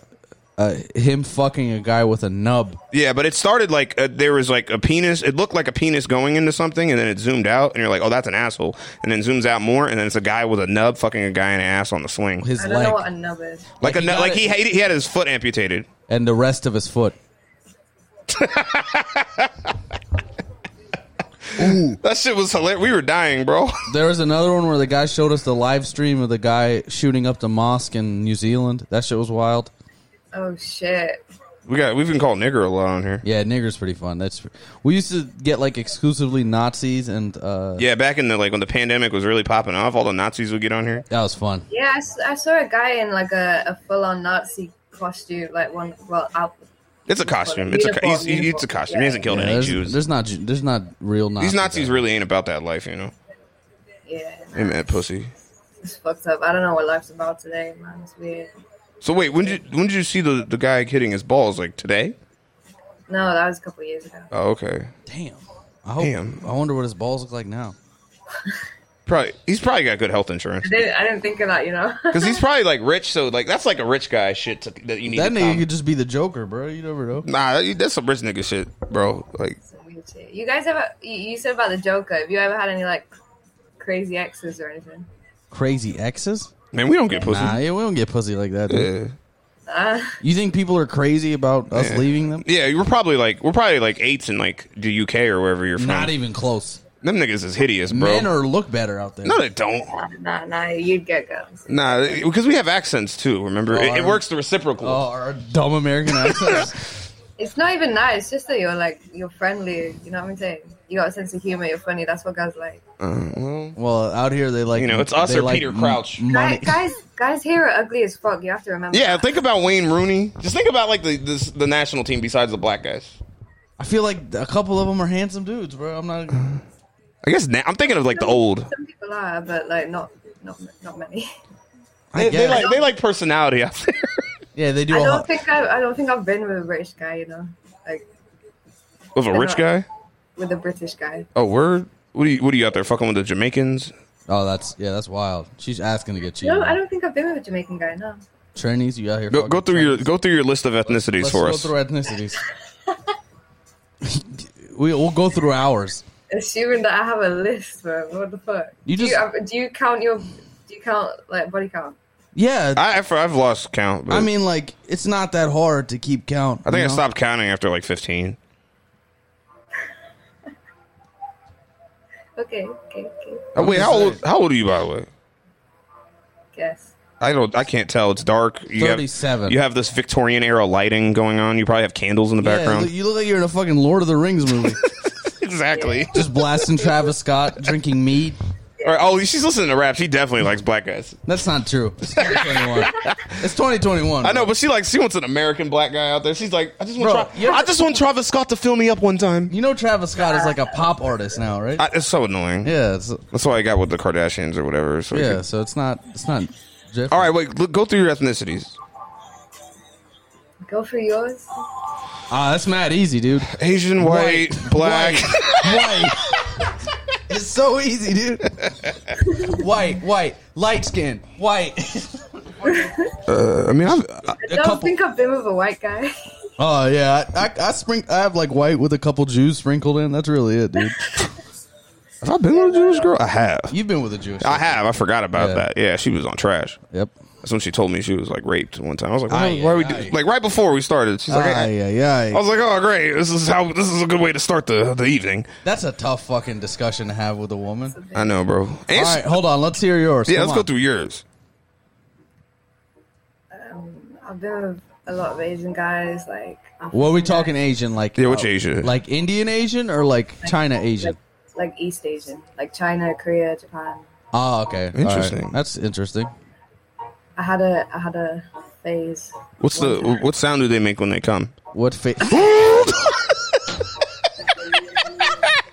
S1: uh him fucking a guy with a nub.
S2: Yeah, but it started like uh there was like a penis. It looked like a penis going into something, and then it zoomed out, and you're like, "Oh, that's an asshole," and then zooms out more, and then it's a guy with a nub fucking a guy in the ass on the sling.
S1: His
S15: I don't
S1: leg
S15: know what a nub is.
S1: Like,
S2: like, a
S1: he
S2: nub,
S1: got
S2: like
S1: it-
S2: he had, he had his foot amputated.
S1: and the rest of his foot.
S2: That shit was hilarious. We were dying, bro. <laughs>
S1: There was another one where the guy showed us the live stream of the guy shooting up the mosque in New Zealand. That shit was wild.
S15: Oh shit!
S2: We got we've been called nigger a lot on here.
S1: Yeah, nigger's pretty fun. That's we used to get like exclusively Nazis and uh
S2: Yeah, back in the like when the pandemic was really popping off, all the Nazis would get on here.
S1: That was fun.
S15: Yeah, I, s- I saw a guy in like a, a full on Nazi costume, like one, well, out.
S2: It's a costume. It's a co- he's, he's- it's a costume. He hasn't killed
S1: Yeah,
S2: any
S1: there's,
S2: Jews.
S1: There's not Ju- there's not real Nazis.
S2: These Nazis really ain't about that life, you know.
S15: Yeah,
S2: Hey man, pussy.
S15: it's fucked up. I don't know what life's about today, man. It's weird.
S2: So wait, when did when did you see the, the guy hitting his balls? Like today?
S15: No, that was a couple years ago.
S2: Oh, okay.
S1: Damn. I hope, I wonder what his balls look like now.
S2: Probably he's probably got good health
S15: I
S2: insurance
S15: didn't, I didn't think of that, you know? <laughs>
S2: because he's probably like rich. So like that's like a rich guy shit to, that you need.
S1: That
S2: to
S1: nigga
S2: com-
S1: could just be the Joker, bro. You never know.
S2: nah, that- that's some rich nigga shit, bro. Like
S15: you guys ever, you, you said about the Joker. Have you ever had any like crazy exes or anything?
S1: Crazy exes?
S2: Man, we don't get pussy.
S1: Nah, yeah, we don't get pussy like that. dude.
S15: Uh,
S1: You think people are crazy about us
S2: Yeah.
S1: leaving them?
S2: Yeah, we're probably like we're probably like eights in like the UK or wherever you're from.
S1: Not even close.
S2: Them niggas is hideous, bro.
S1: Men are look better out there.
S2: no, they don't.
S15: nah, nah, you'd get girls.
S2: Nah, they- because we have accents too. Remember, it, it
S1: Are-
S2: works the reciprocal.
S1: Oh, our dumb American accents. <laughs>
S15: It's not even that. It's just that you're like, you're friendly. You know what I'm saying? You got a sense of humor. You're funny. That's what guys like.
S2: Uh, well,
S1: out here they like
S2: You know, it's us
S1: they
S2: or
S1: like
S2: Peter
S1: m-
S2: Crouch.
S1: money.
S15: guys, guys here are ugly as fuck. You have to remember.
S2: Yeah, think about Wayne Rooney. Just think about like the this, the national team besides the black guys.
S1: I feel like a couple of them are handsome dudes, bro. I'm not.
S2: I guess now, I'm thinking of like the old.
S15: Some people are, but like not, not, not many.
S2: They, they
S1: guess.
S2: like they like personality out there. <laughs>
S1: Yeah, they
S15: I don't think I've, I don't think I've been with a British guy. You know, like
S2: With a rich guy.
S15: with a British guy.
S2: Oh, word. What do you what are you out there fucking with the Jamaicans?
S1: Oh, that's yeah, that's wild. She's asking to get cheated.
S15: No, I don't think I've been with a Jamaican guy. No.
S1: Trainees, you out here?
S2: Go, go through your go through your list of ethnicities
S1: Let's
S2: for
S1: go
S2: us.
S1: through ethnicities. <laughs> we, we'll go through ours.
S15: Assuming that I have a list, bro. What the fuck?
S1: You
S15: do,
S1: just-
S15: you, have- do you count your? Do you count like body count?
S1: Yeah,
S2: I, I've, I've lost count. But
S1: I mean, like it's not that hard to keep count.
S2: I think
S1: you
S2: I
S1: know?
S2: stopped counting after like 15.
S15: Okay, okay, okay.
S2: Oh, wait,
S15: I'm
S2: how
S15: just
S2: old how old are you by the way?
S15: Guess.
S2: I don't I can't tell. It's dark. You Have,
S1: 37.
S2: you have this Victorian era lighting going on. You probably have candles in the
S1: Yeah,
S2: background.
S1: look- you look like you're in a fucking Lord of the Rings movie.
S2: <laughs> exactly.
S1: Just
S2: <laughs>
S1: blasting Travis Scott, drinking mead.
S2: Or- oh, she's listening to rap. She definitely likes black guys.
S1: That's not true. It's 2021. it's 2021.
S2: I know, but she like she wants an American black guy out there. She's like, I just want
S1: Bro,
S2: Tra-
S1: you ever-
S2: I just want Travis Scott to fill me up one time.
S1: You know, Travis Scott is like a pop artist now, right?
S2: I, it's so annoying.
S1: Yeah,
S2: that's why I got with the Kardashians or whatever. So we
S1: yeah,
S2: could-
S1: so it's not. It's not. Jeff.
S2: All right, wait. Look, go through your ethnicities.
S15: Go for yours.
S1: Ah, that's mad easy, dude.
S2: Asian, white, black.
S1: <laughs>
S2: <laughs>
S1: white. It's so easy, dude. White, white, light skin,
S2: <laughs>
S1: white.
S2: Uh, I mean, I've,
S15: I don't think I've been with a white guy. <laughs>
S1: Oh yeah, I, I, I spring. I have like white with a couple Jews sprinkled in. That's really it, dude.
S2: have I been with a Jewish girl? I have.
S1: You've been with a Jewish.
S2: I have. I forgot about
S1: Yeah.
S2: that. Yeah, she was on trash.
S1: Yep.
S2: That's when she told me she was like raped one time. I was like, why,
S1: Aye,
S2: why we
S1: aye.
S2: do, like right before we started? She's like,
S1: Aye,
S2: hey.
S1: aye, aye.
S2: I was like, oh great, this is how this is a good way to start the the evening.
S1: That's a tough fucking discussion to have with a woman.
S2: I know, bro. And
S1: All
S2: she-
S1: right, hold on. Let's hear yours.
S2: yeah,
S1: Come
S2: let's go
S1: on.
S2: through yours.
S15: Um, I've been with a lot of Asian guys. Like, I've-
S1: What are we talking Asian? Like uh,
S2: yeah, which Asia?
S1: Like Indian Asian or like China Asian?
S15: like East Asian, like China, Korea, Japan.
S1: Oh, okay. All right.
S2: Interesting.
S1: That's interesting.
S15: I had a I had a phase.
S2: What's the what sound do they make when they come?
S1: What
S15: <laughs>
S1: face?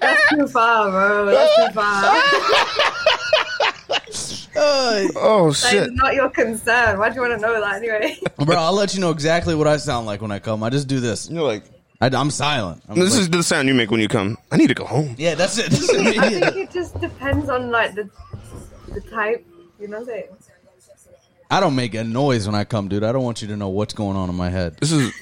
S15: That's too far, bro. That's
S1: <laughs>
S15: too far.
S2: oh
S15: That is not your concern. Why do you want to know
S1: <laughs>
S15: that anyway?
S1: Bro, I'll let you know exactly what I sound like when I come. I just do this.
S2: You're like,
S1: I, am silent. I'm
S2: this
S1: like-
S2: is the sound you make when you come. I need to go home.
S1: yeah, that's it. That's it.
S15: I think it just depends on like the the type. You know what I'm saying?
S1: I don't make a noise when I come, dude. I don't want you to know what's going on in my head.
S2: This is.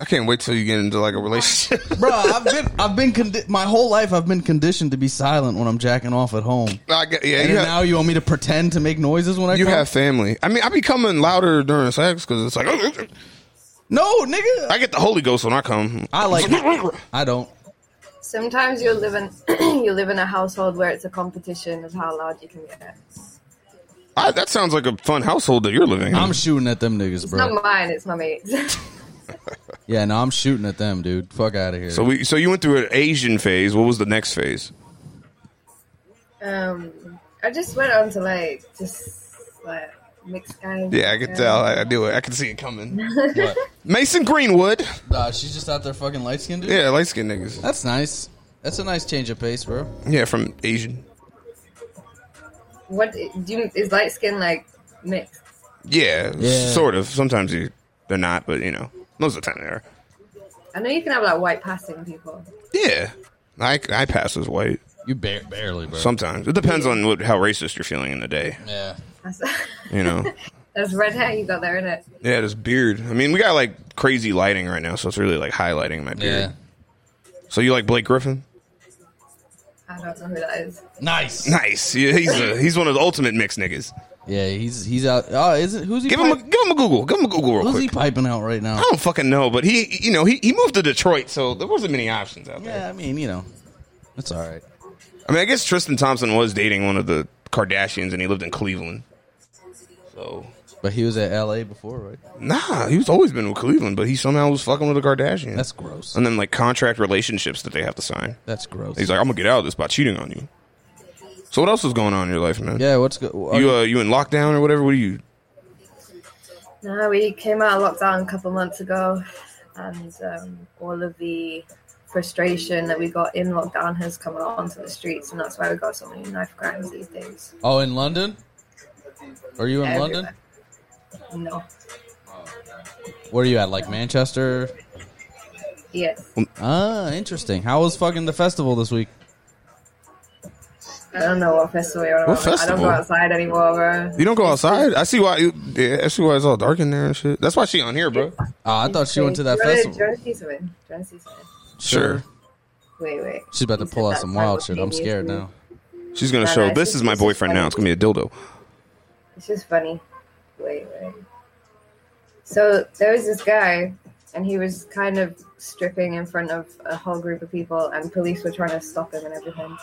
S2: I can't wait till you get into like a relationship. <laughs>
S1: Bro, I've been, I've been, condi- my whole life, I've been conditioned to be silent when I'm jacking off at home.
S2: I get, yeah,
S1: and
S2: you
S1: then
S2: have,
S1: now you want me to pretend to make noises when I
S2: you
S1: come?
S2: have family. I mean, I be coming louder during sex because it's like oh,
S1: no, nigga.
S2: I get the Holy Ghost when I come.
S1: I like.
S2: <laughs>
S1: I don't.
S15: Sometimes <clears throat> you live in you live in a household where it's a competition of how loud you can get.
S2: I, that sounds like a fun household that you're living in.
S1: I'm shooting at them niggas,
S15: It's
S1: bro.
S15: not mine. It's my mate's. <laughs>
S1: Yeah, no, I'm shooting at them, dude. Fuck out of here.
S2: So we, so you went through an Asian phase. What was the next phase?
S15: um, I just went on to like just like mixed guys.
S2: Yeah, I
S15: um,
S2: could tell. I, I do it. I can see it coming. <laughs> Mason Greenwood.
S1: Nah, she's just out there fucking light skinned dude.
S2: Yeah, light skinned niggas.
S1: That's nice. That's a nice change of pace, bro.
S2: Yeah, from Asian.
S15: What do you, is light skin like mixed?
S2: Yeah,
S1: Yeah.
S2: sort of. Sometimes you, they're not, but you know, most of the time they are.
S15: I know you can have like white passing people.
S2: Yeah, I, I pass as white.
S1: You bar- barely, bro.
S2: Sometimes it depends on what, how racist you're feeling in the day.
S1: Yeah.
S15: That's, <laughs>
S1: <laughs>
S2: You know.
S15: that's red hair you got there, innit?
S2: Yeah, this beard. I mean, we got like crazy lighting right now, so it's really like highlighting my beard. So you like Blake Griffin?
S15: I don't know who that is.
S1: Nice.
S2: Nice. Yeah, he's a, he's one of the ultimate mix niggas.
S1: Yeah, he's he's out. Oh, is it? Who's he?
S2: Give him a give him a Google. Give him a Google real
S1: Who's
S2: quick.
S1: he piping out right now?
S2: I don't fucking know, but he you know he, he moved to Detroit, so there wasn't many options out there.
S1: Yeah, I mean, you know, that's all right.
S2: I mean, I guess Tristan Thompson was dating one of the Kardashians, and he lived in Cleveland. So
S1: But he was at L.A. before, right?
S2: nah, he's always been with Cleveland, but he somehow was fucking with a Kardashian.
S1: That's gross.
S2: And then like contract relationships that they have to sign.
S1: That's gross.
S2: He's like, I'm gonna get out of this by cheating on you. So what else is going on in your life, man?
S1: Yeah, what's go-
S2: you uh, you in lockdown or whatever? What are you?
S15: No, we came out of lockdown a couple months ago, and um, all of the frustration that we got in lockdown has come out onto the streets, and that's why we got so many knife crimes these days.
S1: Oh, in London? Are you in
S15: Everywhere.
S1: London?
S15: No.
S1: Where are you at? Like Manchester?
S15: Yes.
S1: Ah, interesting. How was fucking the festival this week?
S15: I don't know what festival you're on.
S2: What
S15: about. I
S2: festival?
S15: don't go outside anymore, bro.
S2: You don't go outside. I see why. You, yeah, I see why it's all dark in there and shit. That's why she on here, bro.
S1: Oh, I thought she went to that
S15: Do you wanna-
S1: festival.
S15: Do you want to see something? Do you want to see something?
S2: Sure.
S15: Wait, wait.
S1: She's about to pull out some wild shit. I'm scared now.
S2: She's gonna
S15: Nah,
S2: show.
S15: nah,
S2: This
S15: it's
S2: is my
S15: just-
S2: boyfriend now. It's gonna be a dildo.
S15: It's just funny. Wait, wait. So there was this guy, and he was kind of stripping in front of a whole group of people, and police were trying to stop him and everything.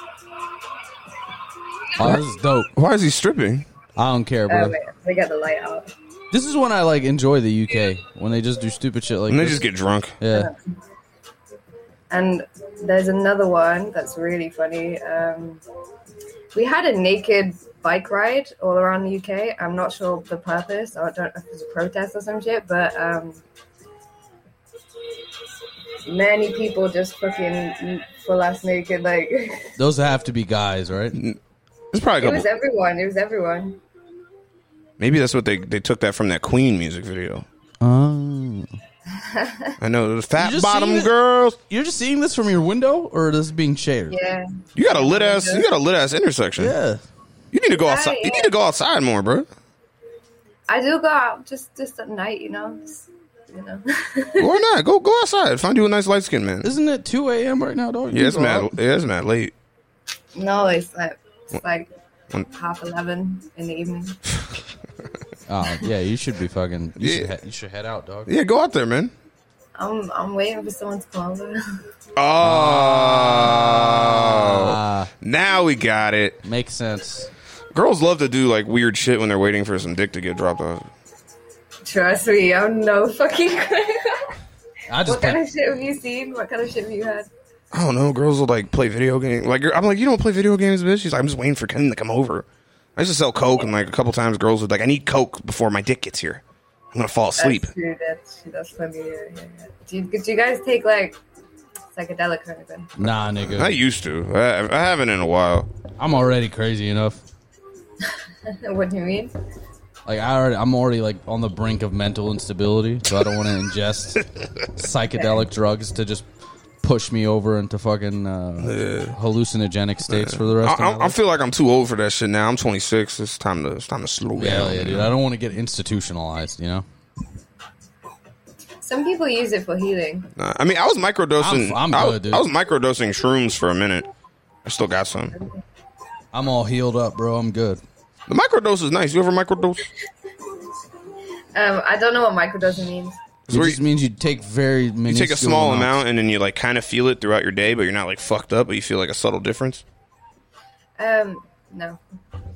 S1: Oh, this is dope.
S2: Why is he stripping?
S1: I don't care,
S15: Oh,
S1: bro.
S15: wait, they got the light out.
S1: This is when I like enjoy the UK when they just do stupid shit like
S2: And they
S1: this.
S2: just get drunk.
S1: Yeah.
S15: And there's another one that's really funny. Um, we had a naked bike ride all around the UK. I'm not sure the purpose. I don't know if it was a protest or some shit, but um, many people just fucking full ass naked. Like <laughs> it
S1: Those have to be guys, right?
S2: It's probably a
S15: was
S2: couple.
S15: everyone. It was everyone.
S2: Maybe that's what they they took that from that Queen music video.
S1: Oh.
S2: I know the fat
S1: just
S2: bottom
S1: seeing it-
S2: girls.
S1: You're just seeing this from your window, or this is being shared?
S15: Yeah.
S2: You got a lit ass. You got a lit ass intersection.
S1: Yeah.
S2: You need to go outside. You need to go outside more, bro.
S15: I do go out just just at night, you know. Just, you know. <laughs>
S2: Why not? Go go outside. Find you a nice light skinned man.
S1: Isn't it 2 a.m. right now, dog?
S2: Yeah, it's mad. Yeah, it's mad late.
S15: no, it's like it's like
S2: When-
S15: half eleven in the evening.
S1: Oh, yeah. You should be fucking. You, should,
S2: Yeah.
S1: he- you should head out, dog.
S2: Yeah, go out there, man.
S15: I'm I'm waiting for someone to come over. <laughs>
S2: Oh, now we got it.
S1: Ah, Makes sense.
S2: Girls love to do like weird shit when they're waiting for some dick to get dropped off.
S15: Trust me, I'm no fucking. <laughs>
S1: I
S15: what kind of shit have you seen? What kind of shit have you had?
S2: I don't know. Girls will like play video games. Like I'm like, you don't play video games, bitch. She's like, I'm just waiting for Ken to come over. I used to sell coke, and like a couple times, girls would like, I need coke before my dick gets here. I'm gonna fall asleep.
S15: That's true. That's true. That's familiar. Yeah, yeah. Do, you, do you guys take like psychedelic or anything? <laughs>
S1: Nah, nigga.
S2: I used to. I, I haven't in a while.
S1: I'm already crazy enough.
S15: what do you mean?
S1: Like I already, I'm already like on the brink of mental instability, so I don't want to
S2: <laughs>
S1: ingest psychedelic drugs to just push me over into fucking uh, hallucinogenic states for the
S2: I,
S1: rest of my
S2: I, I
S1: life.
S2: feel like I'm too old for that shit now. I'm 26. It's time to. It's time to slow
S1: yeah,
S2: down.
S1: yeah, dude. I don't want to get institutionalized. You know,
S15: Some people use it for healing.
S2: Nah, I mean, I was microdosing.
S1: I'm- I'm
S2: I was-
S1: good, dude.
S2: I was microdosing shrooms for a minute. I still got some.
S1: I'm all healed up, bro. I'm good.
S2: The microdose is nice. You ever microdose?
S15: Um, I don't know what microdosing means.
S1: It just means you take very
S2: You
S1: minuscule
S2: take a small
S1: amounts.
S2: amount and then you like kind of feel it throughout your day, but you're not like fucked up, but you feel like a subtle difference.
S15: Um, no.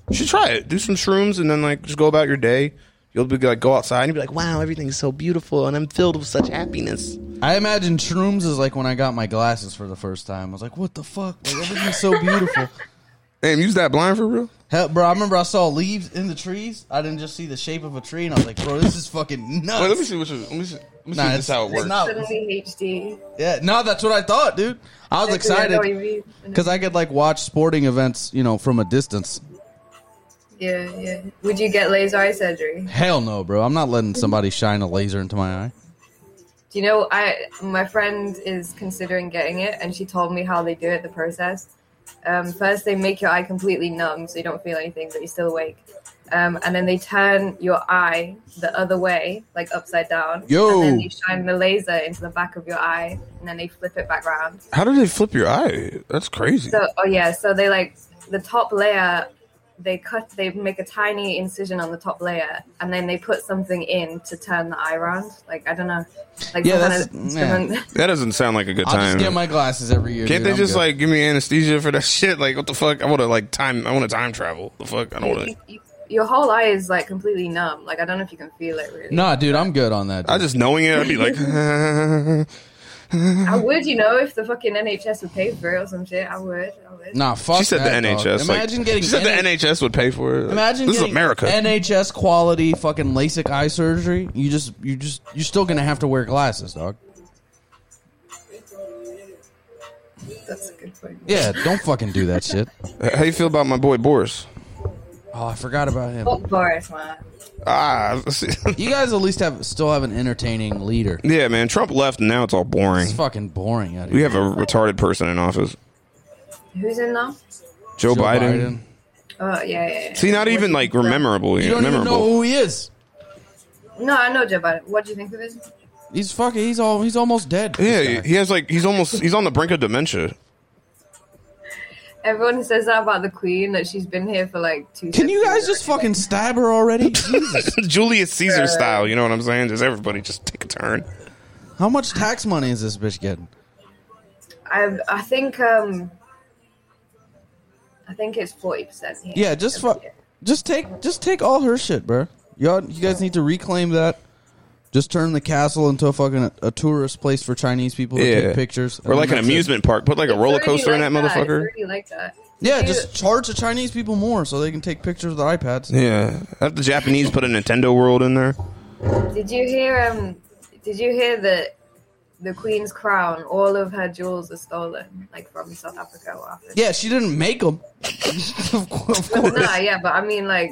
S2: You should try it. Do some shrooms and then like just go about your day. You'll be like go outside and you'll be like, wow, everything's so beautiful and I'm filled with such happiness.
S1: I imagine shrooms is like when I got my glasses for the first time. I was like, what the fuck? Like, everything's so
S2: <laughs>
S1: beautiful.
S2: Damn, you was that blind for real?
S1: Hell, bro, I remember I saw leaves in the trees. I didn't just see the shape of a tree, and I was like, bro, this is fucking nuts.
S2: Wait, let me see what you. Let me see. Let
S1: Nah,
S2: me see
S1: it's-
S2: just how it
S1: it's
S2: works.
S1: not-
S15: Suddenly HD.
S1: Yeah, no, that's what I thought, dude. I was
S15: That's what I know you
S1: excited
S15: mean.
S1: because I could like watch sporting events, you know, from a distance.
S15: Yeah, yeah. Would you get laser eye surgery?
S1: Hell no, bro. I'm not letting somebody shine a laser into my eye.
S15: Do you know I my friend is considering getting it and she told me how they do it, the process. Um, first they make your eye completely numb so you don't feel anything but you're still awake. Um, and then they turn your eye the other way, like upside down.
S2: Yo.
S15: And then they shine the laser into the back of your eye and then they flip it back round.
S2: How do they flip your eye? That's crazy.
S15: So, oh yeah, so they like the top layer. They cut. They make a tiny incision on the top layer, and then they put something in to turn the eye round. Like I don't know. Like
S1: Yeah,
S15: someone
S1: that's-
S15: had-
S1: yeah.
S15: someone-
S2: That doesn't sound like a good
S1: I'll
S2: time.
S1: just get my glasses every year. dude.
S2: Can't they
S1: I'm
S2: just
S1: good.
S2: like give me anesthesia for that <laughs> shit? Like what the fuck? I want to like time. I want to time travel. The fuck? I
S15: <laughs>
S2: don't want to.
S15: your whole eye is like completely numb. Like I don't know if you can feel it really.
S1: Nah, dude, I'm good on that.
S2: I just knowing it, I'd be like, <laughs>
S15: I would, you know, if the fucking NHS would pay for it or some shit. I would. I would.
S1: nah, fuck.
S2: she said
S1: that,
S2: the
S1: dog.
S2: NHS. like-
S1: Imagine getting
S2: She said
S1: NH-
S2: the NHS would pay for it. Like,
S1: Imagine
S2: this is
S1: getting
S2: America.
S1: NHS quality fucking LASIK eye surgery. You just you just you're still gonna have to wear glasses, dog.
S15: That's a good point.
S1: Yeah, don't fucking do that shit.
S2: How you feel about my boy Boris?
S1: <laughs> Oh, I forgot about him.
S15: Fuck Boris, man.
S2: Ah, <laughs>
S1: you guys at least have still have an entertaining leader.
S2: Yeah, man. Trump left, and now it's all boring.
S1: It's fucking boring out here.
S2: We have a retarded person in office.
S15: Who's in now?
S2: Joe,
S1: Joe
S2: Biden.
S15: Oh yeah, yeah. yeah.
S2: See, not even like memorable.
S1: You don't even
S2: memorable.
S1: know who he is.
S15: No, I know Joe Biden. What do you think of his?
S1: He's fucking. He's all. He's almost dead.
S2: Yeah, he has like he's almost he's on the brink of dementia. <laughs>
S15: Everyone says that about the Queen that she's been here for like two.
S1: Can you guys just fucking stab her
S2: <laughs>
S1: already? Jesus.
S2: Julius Caesar style, you know what I'm saying? Just everybody just take a turn.
S1: How much tax money is this bitch getting?
S15: I I think um. I think it's forty percent here.
S1: Yeah, just fuck. Just take. Just take all her shit, bro. Y'all, you guys need to reclaim that. Just turn the castle into a fucking a tourist place for Chinese people to
S2: Yeah,
S1: take pictures,
S2: or like an amusement park. Put like a roller
S15: It's already
S2: coaster in that
S15: like It's
S2: motherfucker.
S15: already like that.
S1: Yeah, just charge the Chinese people more so they can take pictures of the iPads.
S2: Yeah, have the Japanese put a Nintendo World in there.
S15: Did you hear um? Did you hear that the Queen's crown, all of her jewels are stolen, like from South Africa or Africa?
S1: Yeah, she didn't make <laughs> them.
S15: nah, yeah, but I mean, like,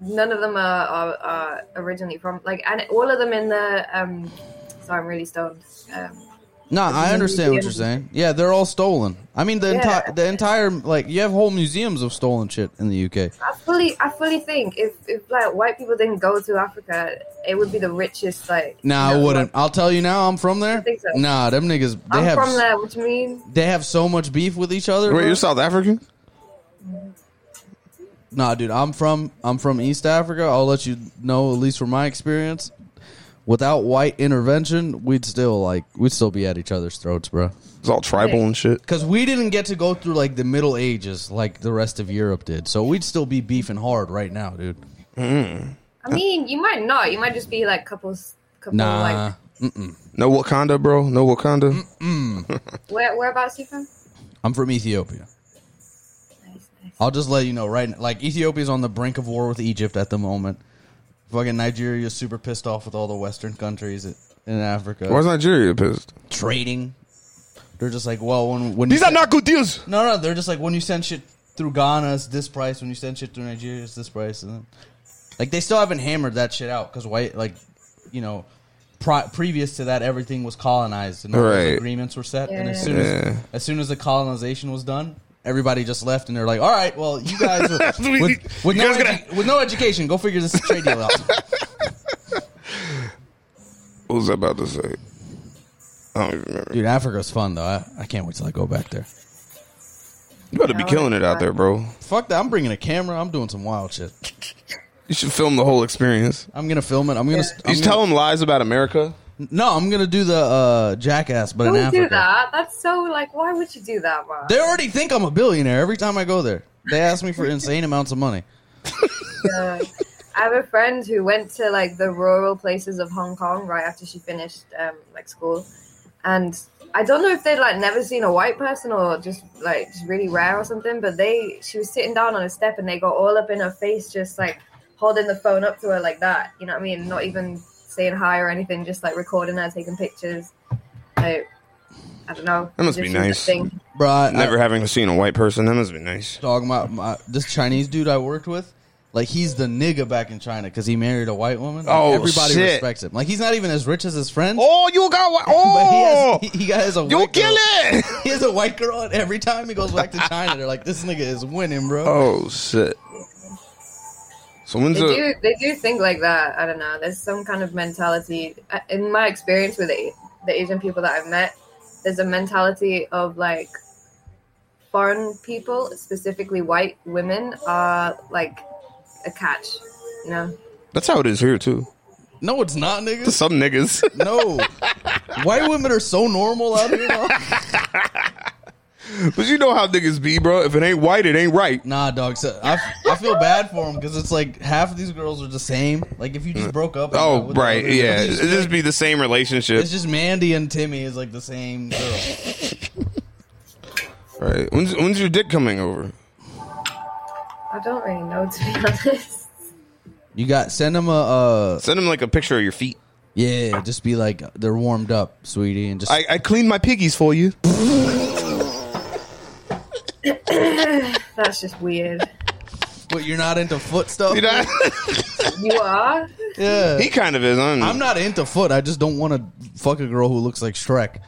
S15: none of them are, are, are originally from like, and all of them in the um. Sorry, I'm really stoned. Um,
S1: Nah, I understand what you're saying. Yeah, they're all stolen. I mean, the
S15: Yeah.
S1: entire the entire like you have whole museums of stolen shit in the UK.
S15: I fully, I fully think if, if like white people didn't go to Africa, it would be the richest like.
S1: Nah, I wouldn't. I'll tell you now. I'm from there.
S15: think so.
S1: Nah, them niggas they
S15: I'm
S1: have
S15: from there, which means
S1: they have so much beef with each other.
S2: Wait,
S1: bro.
S2: you're South African?
S1: Nah, dude, I'm from I'm from East Africa. I'll let you know at least from my experience. Without white intervention, we'd still like we'd still be at each other's throats, bro.
S2: It's all tribal and shit.
S1: Because we didn't get to go through like the Middle Ages like the rest of Europe did, so we'd still be beefing hard right now, dude. Mm.
S15: I mean, you might not. You might just be like couples. Couple, Like,
S1: Nah, Mm-mm.
S2: No Wakanda, bro. No Wakanda.
S15: where whereabouts you from?
S1: I'm from Ethiopia. I'll just let you know right now. Like Ethiopia's on the brink of war with Egypt at the moment. Fucking Nigeria's super pissed off with all the Western countries in Africa.
S2: Why's Nigeria pissed?
S1: trading. They're just like, well, when when
S2: These
S1: you
S2: are not good deals.
S1: No, no, they're just like when you send shit through Ghana, it's this price. When you send shit through Nigeria, it's this price. And then, like they still haven't hammered that shit out because white, like you know, pri- previous to that, everything was colonized and all those
S2: Right.
S1: agreements were set. And as
S2: Yeah.
S1: soon
S2: Yeah.
S1: as as soon as the colonization was done. Everybody just left, and they're like, "All right, well, you guys <laughs> with, with, with no edu- with no education, go figure this trade deal out."
S2: What was I about to say? I don't even
S1: <laughs>
S2: remember.
S1: Dude, Africa's fun though. I, I can't wait till I go back there.
S2: You better be killing it out there, bro.
S1: Fuck that! I'm bringing a camera. I'm doing some wild shit.
S2: You should film the whole experience.
S1: I'm gonna film it. I'm gonna. I'm
S2: You
S1: gonna-
S2: should tell them lies about America.
S1: No, I'm gonna do the uh, jackass, but in
S15: Don't
S1: Africa.
S15: do that. That's so like. Why would you do that, man?
S1: They already think I'm a billionaire every time I go there. They asked me for insane amounts of money.
S15: Yeah. I have a friend who went to like the rural places of Hong Kong right after she finished um, like school, and I don't know if they'd like never seen a white person or just like just really rare or something. But they, she was sitting down on a step and they got all up in her face, just like holding the phone up to her like that. You know what I mean? Not even saying hi or anything, just like recording her, taking pictures. Like, I don't know.
S2: That must
S15: Just
S2: be
S15: that
S2: nice.
S15: thing.
S1: Bro, I-
S2: Never having seen a white person, that must be nice.
S1: Dog, my, my this Chinese dude I worked with, like he's the nigga back in China because he married a white woman. Like,
S2: Oh,
S1: everybody
S2: shit.
S1: respects him. Like he's not even as rich as his friend.
S2: Oh, you got what? Oh, <laughs>
S1: but he has he, he has a
S2: You
S1: white
S2: kill
S1: girl.
S2: it!
S1: He has a white girl, and every time he goes back to China, they're like, "This nigga is winning, bro."
S2: Oh shit. So when's
S15: They
S2: the
S15: do, they do think like that. I don't know. There's some kind of mentality. I- In my experience with the, the Asian people that I've met, there's a mentality of like foreign people, specifically white women, are like a catch. You know?
S2: That's how it is here too.
S1: No, it's not, nigga.
S2: Some niggas. <laughs>
S1: No, white women are so normal out here. Dog.
S2: but you know how niggas be, bro. If it ain't white, it ain't right.
S1: Nah, dog. So I, I feel bad for him because it's like half of these girls are the same. Like if you just broke up, and
S2: Oh,
S1: got with
S2: right.
S1: the other-
S2: Yeah.
S1: it's
S2: It'd
S1: just,
S2: just be the same relationship.
S1: it's just Mandy and Timmy is like the same girl.
S2: Right. When's when's your dick coming over?
S15: I don't really know to be <laughs> honest.
S1: You got send them a uh,
S2: send them like a picture of your feet.
S1: Yeah, just be like they're warmed up, sweetie, and just
S2: I, I cleaned my piggies for <laughs> you.
S15: That's just weird.
S1: But you're not into foot stuff.
S15: You are?
S1: yeah,
S2: <laughs> He kind of is. I'm,
S1: I'm not into foot. I just don't want to fuck a girl who looks like Shrek.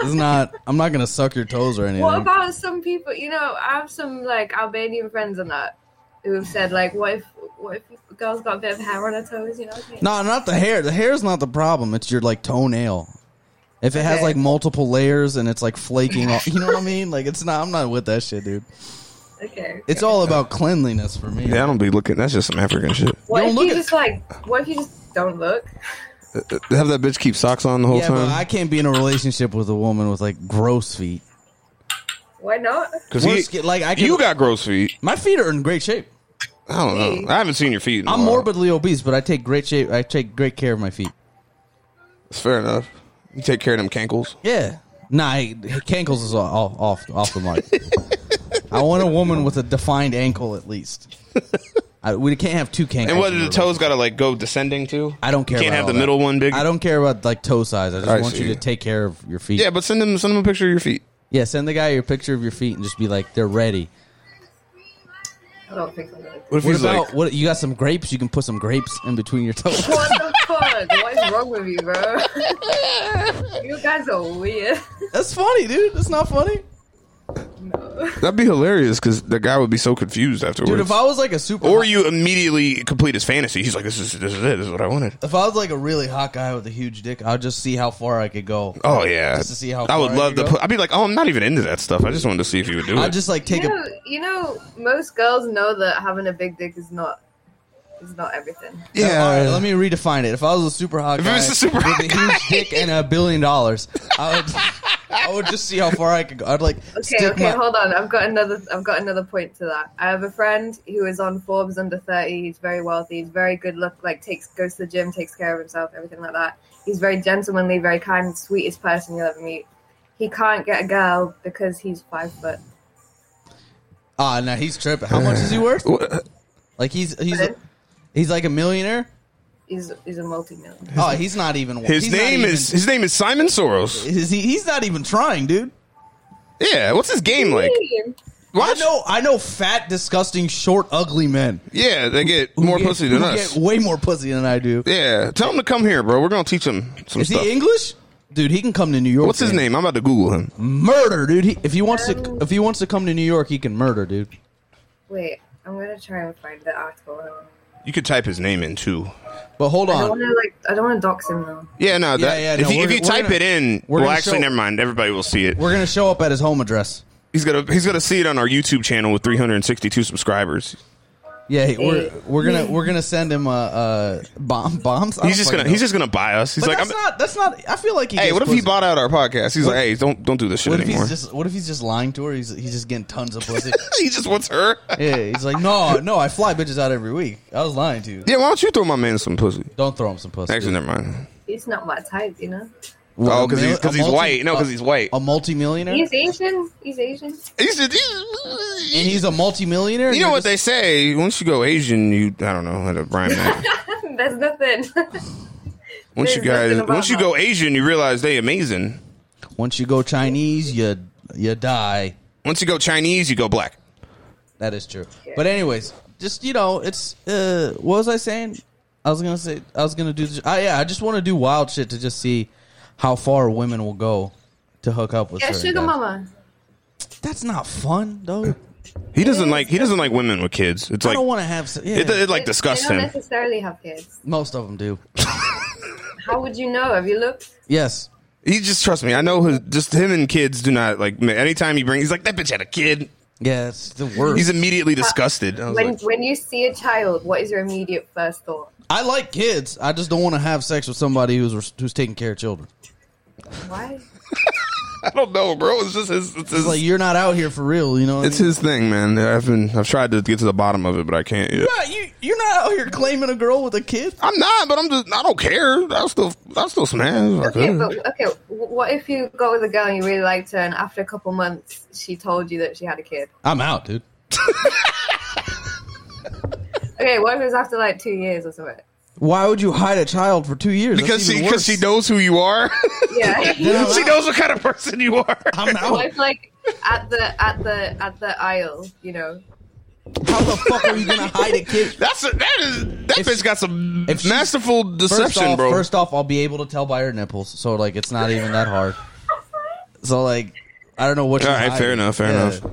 S1: it's not. I'm not gonna suck your toes or anything.
S15: What about some people? You know, I have some like Albanian friends and that who have said like, what if what if a girl's got a bit of hair on her toes? You know, I think-
S1: no, not the hair. The hair's not the problem. It's your like toenail. If it has
S15: Okay.
S1: like multiple layers and it's like flaking
S2: <laughs>
S1: off, you know what I mean? Like it's not. I'm not with that shit, dude.
S15: okay.
S1: It's all about cleanliness for me.
S2: Yeah, I don't be looking. That's just some African shit.
S15: What if you just like? What if you just don't look?
S2: Uh, uh, Have that bitch keep socks on the whole
S1: yeah,
S2: time.
S1: but I can't be in a relationship with a woman with like gross feet.
S15: Why not?
S2: Cause he,
S1: like I
S2: you got gross feet.
S1: My feet are in great shape.
S2: I don't know. I haven't seen your feet. In a
S1: I'm
S2: while.
S1: morbidly obese, but I take great shape. I take great care of my feet.
S2: It's fair enough. You take care of them cankles.
S1: Yeah. Nah, I, cankles is off off off the mark. I want a woman with a defined ankle at
S2: <laughs>
S1: least. I, we can't have two cankles.
S2: And whether
S1: in a
S2: the toes got to like go descending too.
S1: I don't care.
S2: You can't
S1: about
S2: have
S1: all
S2: the
S1: that.
S2: middle one big.
S1: I don't care about like toe size. I just
S2: I
S1: want you
S2: see.
S1: to take care of your feet.
S2: Yeah, but send him send him a picture of your feet.
S1: Yeah, send the guy your picture of your feet and just be like, they're ready.
S15: I don't think I'm gonna.
S2: What if he's
S1: about
S2: like-
S1: what? You got some grapes? You can put some grapes in between your toes. <laughs>
S15: What the fuck? What is wrong with you, bro? you guys are weird.
S1: That's funny, dude. That's not funny.
S2: That'd be hilarious because the guy would be so confused afterwards.
S1: Dude, if I was like a super,
S2: or you immediately complete his fantasy. He's like, this is this is it. This is what I wanted.
S1: If I was like a really hot guy with a huge dick, I'd just see how far I could go.
S2: Oh yeah,
S1: just to see how
S2: I would
S1: far
S2: love to.
S1: could
S2: Put,
S1: go.
S2: I'd be like, oh, I'm not even into that stuff. I just wanted to see if you would do it.
S1: I'd just like take
S15: you
S1: a
S15: know, you know, most girls know that having a big dick is not is not everything.
S1: Yeah. All right, let me redefine it. If I was a super hot
S2: If it
S1: guy
S2: was a super
S1: with a huge dick and a billion dollars, I would, <laughs> I would just see how far I could go. I'd like
S15: Okay,
S1: stick
S15: okay,
S1: my-
S15: hold on. I've got another. I've got another point to that. I have a friend who is on Forbes under thirty. He's very wealthy. He's very good. Look, like takes goes to the gym, takes care of himself, everything like that. He's very gentlemanly, very kind, sweetest person you'll ever meet. He can't get a girl because he's five foot.
S1: Ah, no, he's tripping. How much is he
S2: <laughs>
S1: worth? Like he's he's he's like a millionaire.
S15: He's he's a multi-millionaire.
S1: Oh, he's not even.
S2: his
S1: he's not
S2: name
S1: even-
S2: is his name is Simon
S1: <laughs>
S2: Soros.
S1: Is he, he's not even trying, dude.
S2: Yeah, what's his game like?
S1: I know, I know, fat, disgusting, short, ugly men.
S2: Yeah, they get
S1: who
S2: more
S1: get-
S2: pussy than
S1: who
S2: us.
S1: Get way more pussy than I do.
S2: Yeah, tell him to come here, bro. We're gonna teach him some
S1: Is
S2: stuff.
S1: he English? Dude, he can come to New York.
S2: What's his
S1: man.
S2: name? I'm about to Google him.
S1: Murder, dude. He, if he wants to, if he wants to come to New York, he can murder, dude.
S15: Wait, I'm gonna try and find the article.
S2: You could type his name in too.
S1: But hold
S15: I don't want to like. I don't want to dox him though.
S2: Yeah, no. That,
S1: yeah,
S2: if,
S1: no,
S2: you,
S1: we're-
S2: if you
S1: we're
S2: type
S1: gonna-
S2: it in,
S1: we're
S2: well,
S1: gonna
S2: actually,
S1: show-
S2: never mind. Everybody will see it.
S1: We're gonna show up at his home address.
S2: He's gonna he's gonna see it on our YouTube channel with 362 subscribers.
S1: Yeah, we're we're gonna we're gonna send him uh, uh bomb bombs. I
S2: He's
S1: don't
S2: just
S1: fucking
S2: gonna
S1: know.
S2: he's just gonna buy us. He's
S1: But
S2: like,
S1: that's not that's not. I feel like he.
S2: hey,
S1: gets
S2: what if
S1: pussy.
S2: he bought out our podcast? He's
S1: What-
S2: like, hey, don't don't do this shit
S1: What if
S2: anymore.
S1: he's just what if he's just lying to her? He's he's just getting tons of
S2: <laughs>
S1: pussy.
S2: he just wants her.
S1: yeah, he's like, no, no, I fly bitches out every week. I was lying to you.
S2: yeah, why don't you throw my man some pussy?
S1: Don't throw him some pussy.
S2: Actually, never mind.
S15: He's not my type, you know.
S2: Oh, because
S1: A mil-
S2: he's because
S1: a
S2: he's
S1: multi-
S2: white. No, because
S1: a-
S2: he's white.
S1: A multimillionaire, and
S15: He's Asian. He's Asian. <laughs>
S1: he's a multimillionaire.
S2: You know what they say? Once you go Asian, you I don't know how to
S1: <laughs>
S2: rhyme that.
S15: There's nothing. <laughs>
S2: Once you
S15: There's
S2: guys,
S15: nothing
S2: once you
S15: about
S2: go Asian, you realize they amazing.
S1: Once you go Chinese, you you die.
S2: Once you go Chinese, you go black.
S1: That is true. But anyways, just you know, it's uh, what was I saying? I was gonna say I was gonna do. I yeah, I just want to do wild shit to just see how far women will go to hook up with.
S15: Yeah,
S1: certain
S15: sugar
S1: guys.
S15: mama.
S1: That's not fun though.
S2: He doesn't like he doesn't like women with kids. It's
S1: I
S2: like
S1: don't want to have. se- Yeah.
S2: it, it like disgusts
S15: They
S2: him.
S15: don't necessarily have kids.
S1: Most of them do.
S15: How would you know? Have you looked?
S1: Yes.
S2: He just trust me. I know his, just him and kids do not like. ma- Anytime he brings, he's like that bitch had a kid.
S1: Yeah, it's the worst.
S2: He's immediately disgusted. I was
S15: Uh, When
S2: like,
S15: when you see a child, what is your immediate first thought?
S1: I like kids. I just don't want to have sex with somebody who's who's taking care of children.
S15: Why?
S2: I don't know, bro. It's just his, it's
S1: It's
S2: his,
S1: like you're not out here for real, you know.
S2: it's his thing, man. I've been I've tried to get to the bottom of it, but I can't yet.
S1: Yeah, you you're not out here claiming a girl with a kid.
S2: I'm not, but I'm just I don't care. I'll still I'll still smash. If I
S15: Okay,
S2: could.
S15: but okay. wh- What if you got with a girl and you really liked her, and after a couple months, she told you that she had a kid?
S1: I'm out, dude.
S15: Okay, what if it was after like two years or something?
S1: Why would you hide a child for two years?
S2: Because she because she knows who you are. <laughs>
S15: Yeah. <laughs>
S2: she knows what kind of person you are.
S1: I'm
S15: What <laughs> if like at the at the at the aisle, you know?
S1: How the fuck are you gonna hide a kid?
S2: <laughs> That's a, that is that bitch got some
S1: if she-
S2: masterful deception,
S1: off,
S2: bro.
S1: First off, I'll be able to tell by her nipples, so like it's not even that hard. So like, I don't know what.
S2: All
S1: she's
S2: right, fair
S1: hiding.
S2: enough, fair
S1: Yeah.
S2: enough.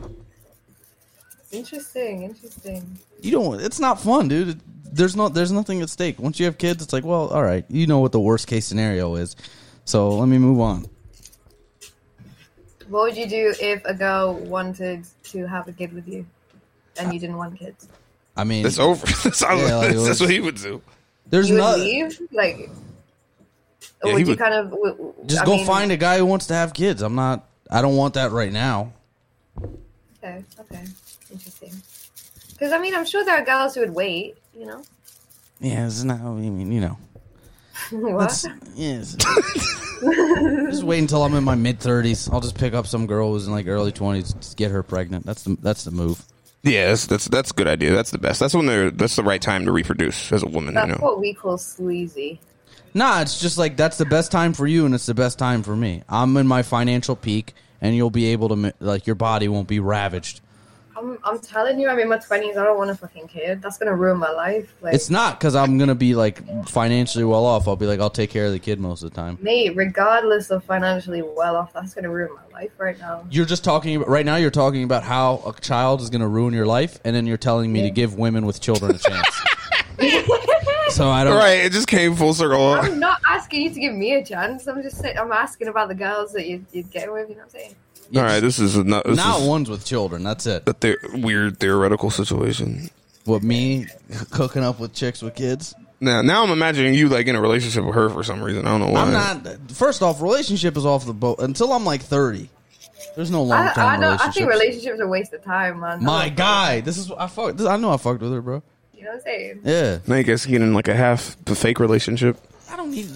S15: Interesting, interesting.
S1: You don't. It's not fun, dude. There's no. There's nothing at stake. Once you have kids, it's like, well, all right, you know what the worst case scenario is. So let me move on.
S15: What would you do if a girl wanted to have a kid with you, and you didn't want kids?
S1: I mean,
S2: It's over. <laughs> that's,
S1: Yeah, like,
S2: that's what he would do.
S1: There's
S15: you would
S1: not.
S15: leave, like.
S1: Yeah,
S15: would
S1: he
S15: you
S1: would-
S15: kind of w- w-
S1: Just
S15: I
S1: go
S15: mean,
S1: find a guy who wants to have kids. I'm not. I don't want that right now.
S15: Okay, okay, interesting. Because I mean, I'm sure there are girls who would wait. You know. <laughs>
S1: Yeah, it's not. I mean, you know.
S15: what? <laughs>
S1: Yes. just wait until I'm in my mid thirties. I'll just pick up some girl who's in like early twenties, just get her pregnant. That's the that's the move.
S2: Yeah, that's that's that's a good idea. That's the best. That's when they're that's the right time to reproduce as a woman. You
S15: That's
S2: know.
S15: what we call sleazy.
S1: Nah, it's just like that's the best time for you, and it's the best time for me. I'm in my financial peak, and you'll be able to ma- like your body won't be ravaged.
S15: I'm, I'm telling you, I'm in my twenties. I don't want a fucking kid. That's gonna ruin my life. Like,
S1: It's not because I'm gonna be like financially well off. I'll be like I'll take care of the kid most of the time.
S15: mate. Regardless of financially well off, that's gonna ruin my life right now.
S1: You're just talking about right now. You're talking about how a child is gonna ruin your life, and then you're telling me to give women with children a chance. so I don't.
S2: Right, it just came full circle.
S15: I'm not asking you to give me a chance. I'm just saying, I'm asking about the girls that you you get with. You know what I'm saying?
S2: All right, this is not this
S1: Now
S2: is
S1: ones with children. That's it.
S2: a the- weird theoretical situation.
S1: What me cooking up with chicks with kids?
S2: Now, now I'm imagining you like in a relationship with her for some reason. I don't know why.
S1: I'm not. First off, relationship is off the boat until I'm like 30. There's no long
S15: I, I,
S1: term
S15: don't, I
S1: relationship.
S15: think relationships are a waste of time, man.
S1: My guy, this is what I fucked. This, I know I fucked with her, bro.
S15: You know what I'm saying?
S1: Yeah.
S2: I guess he in like a half fake relationship.
S1: I don't need.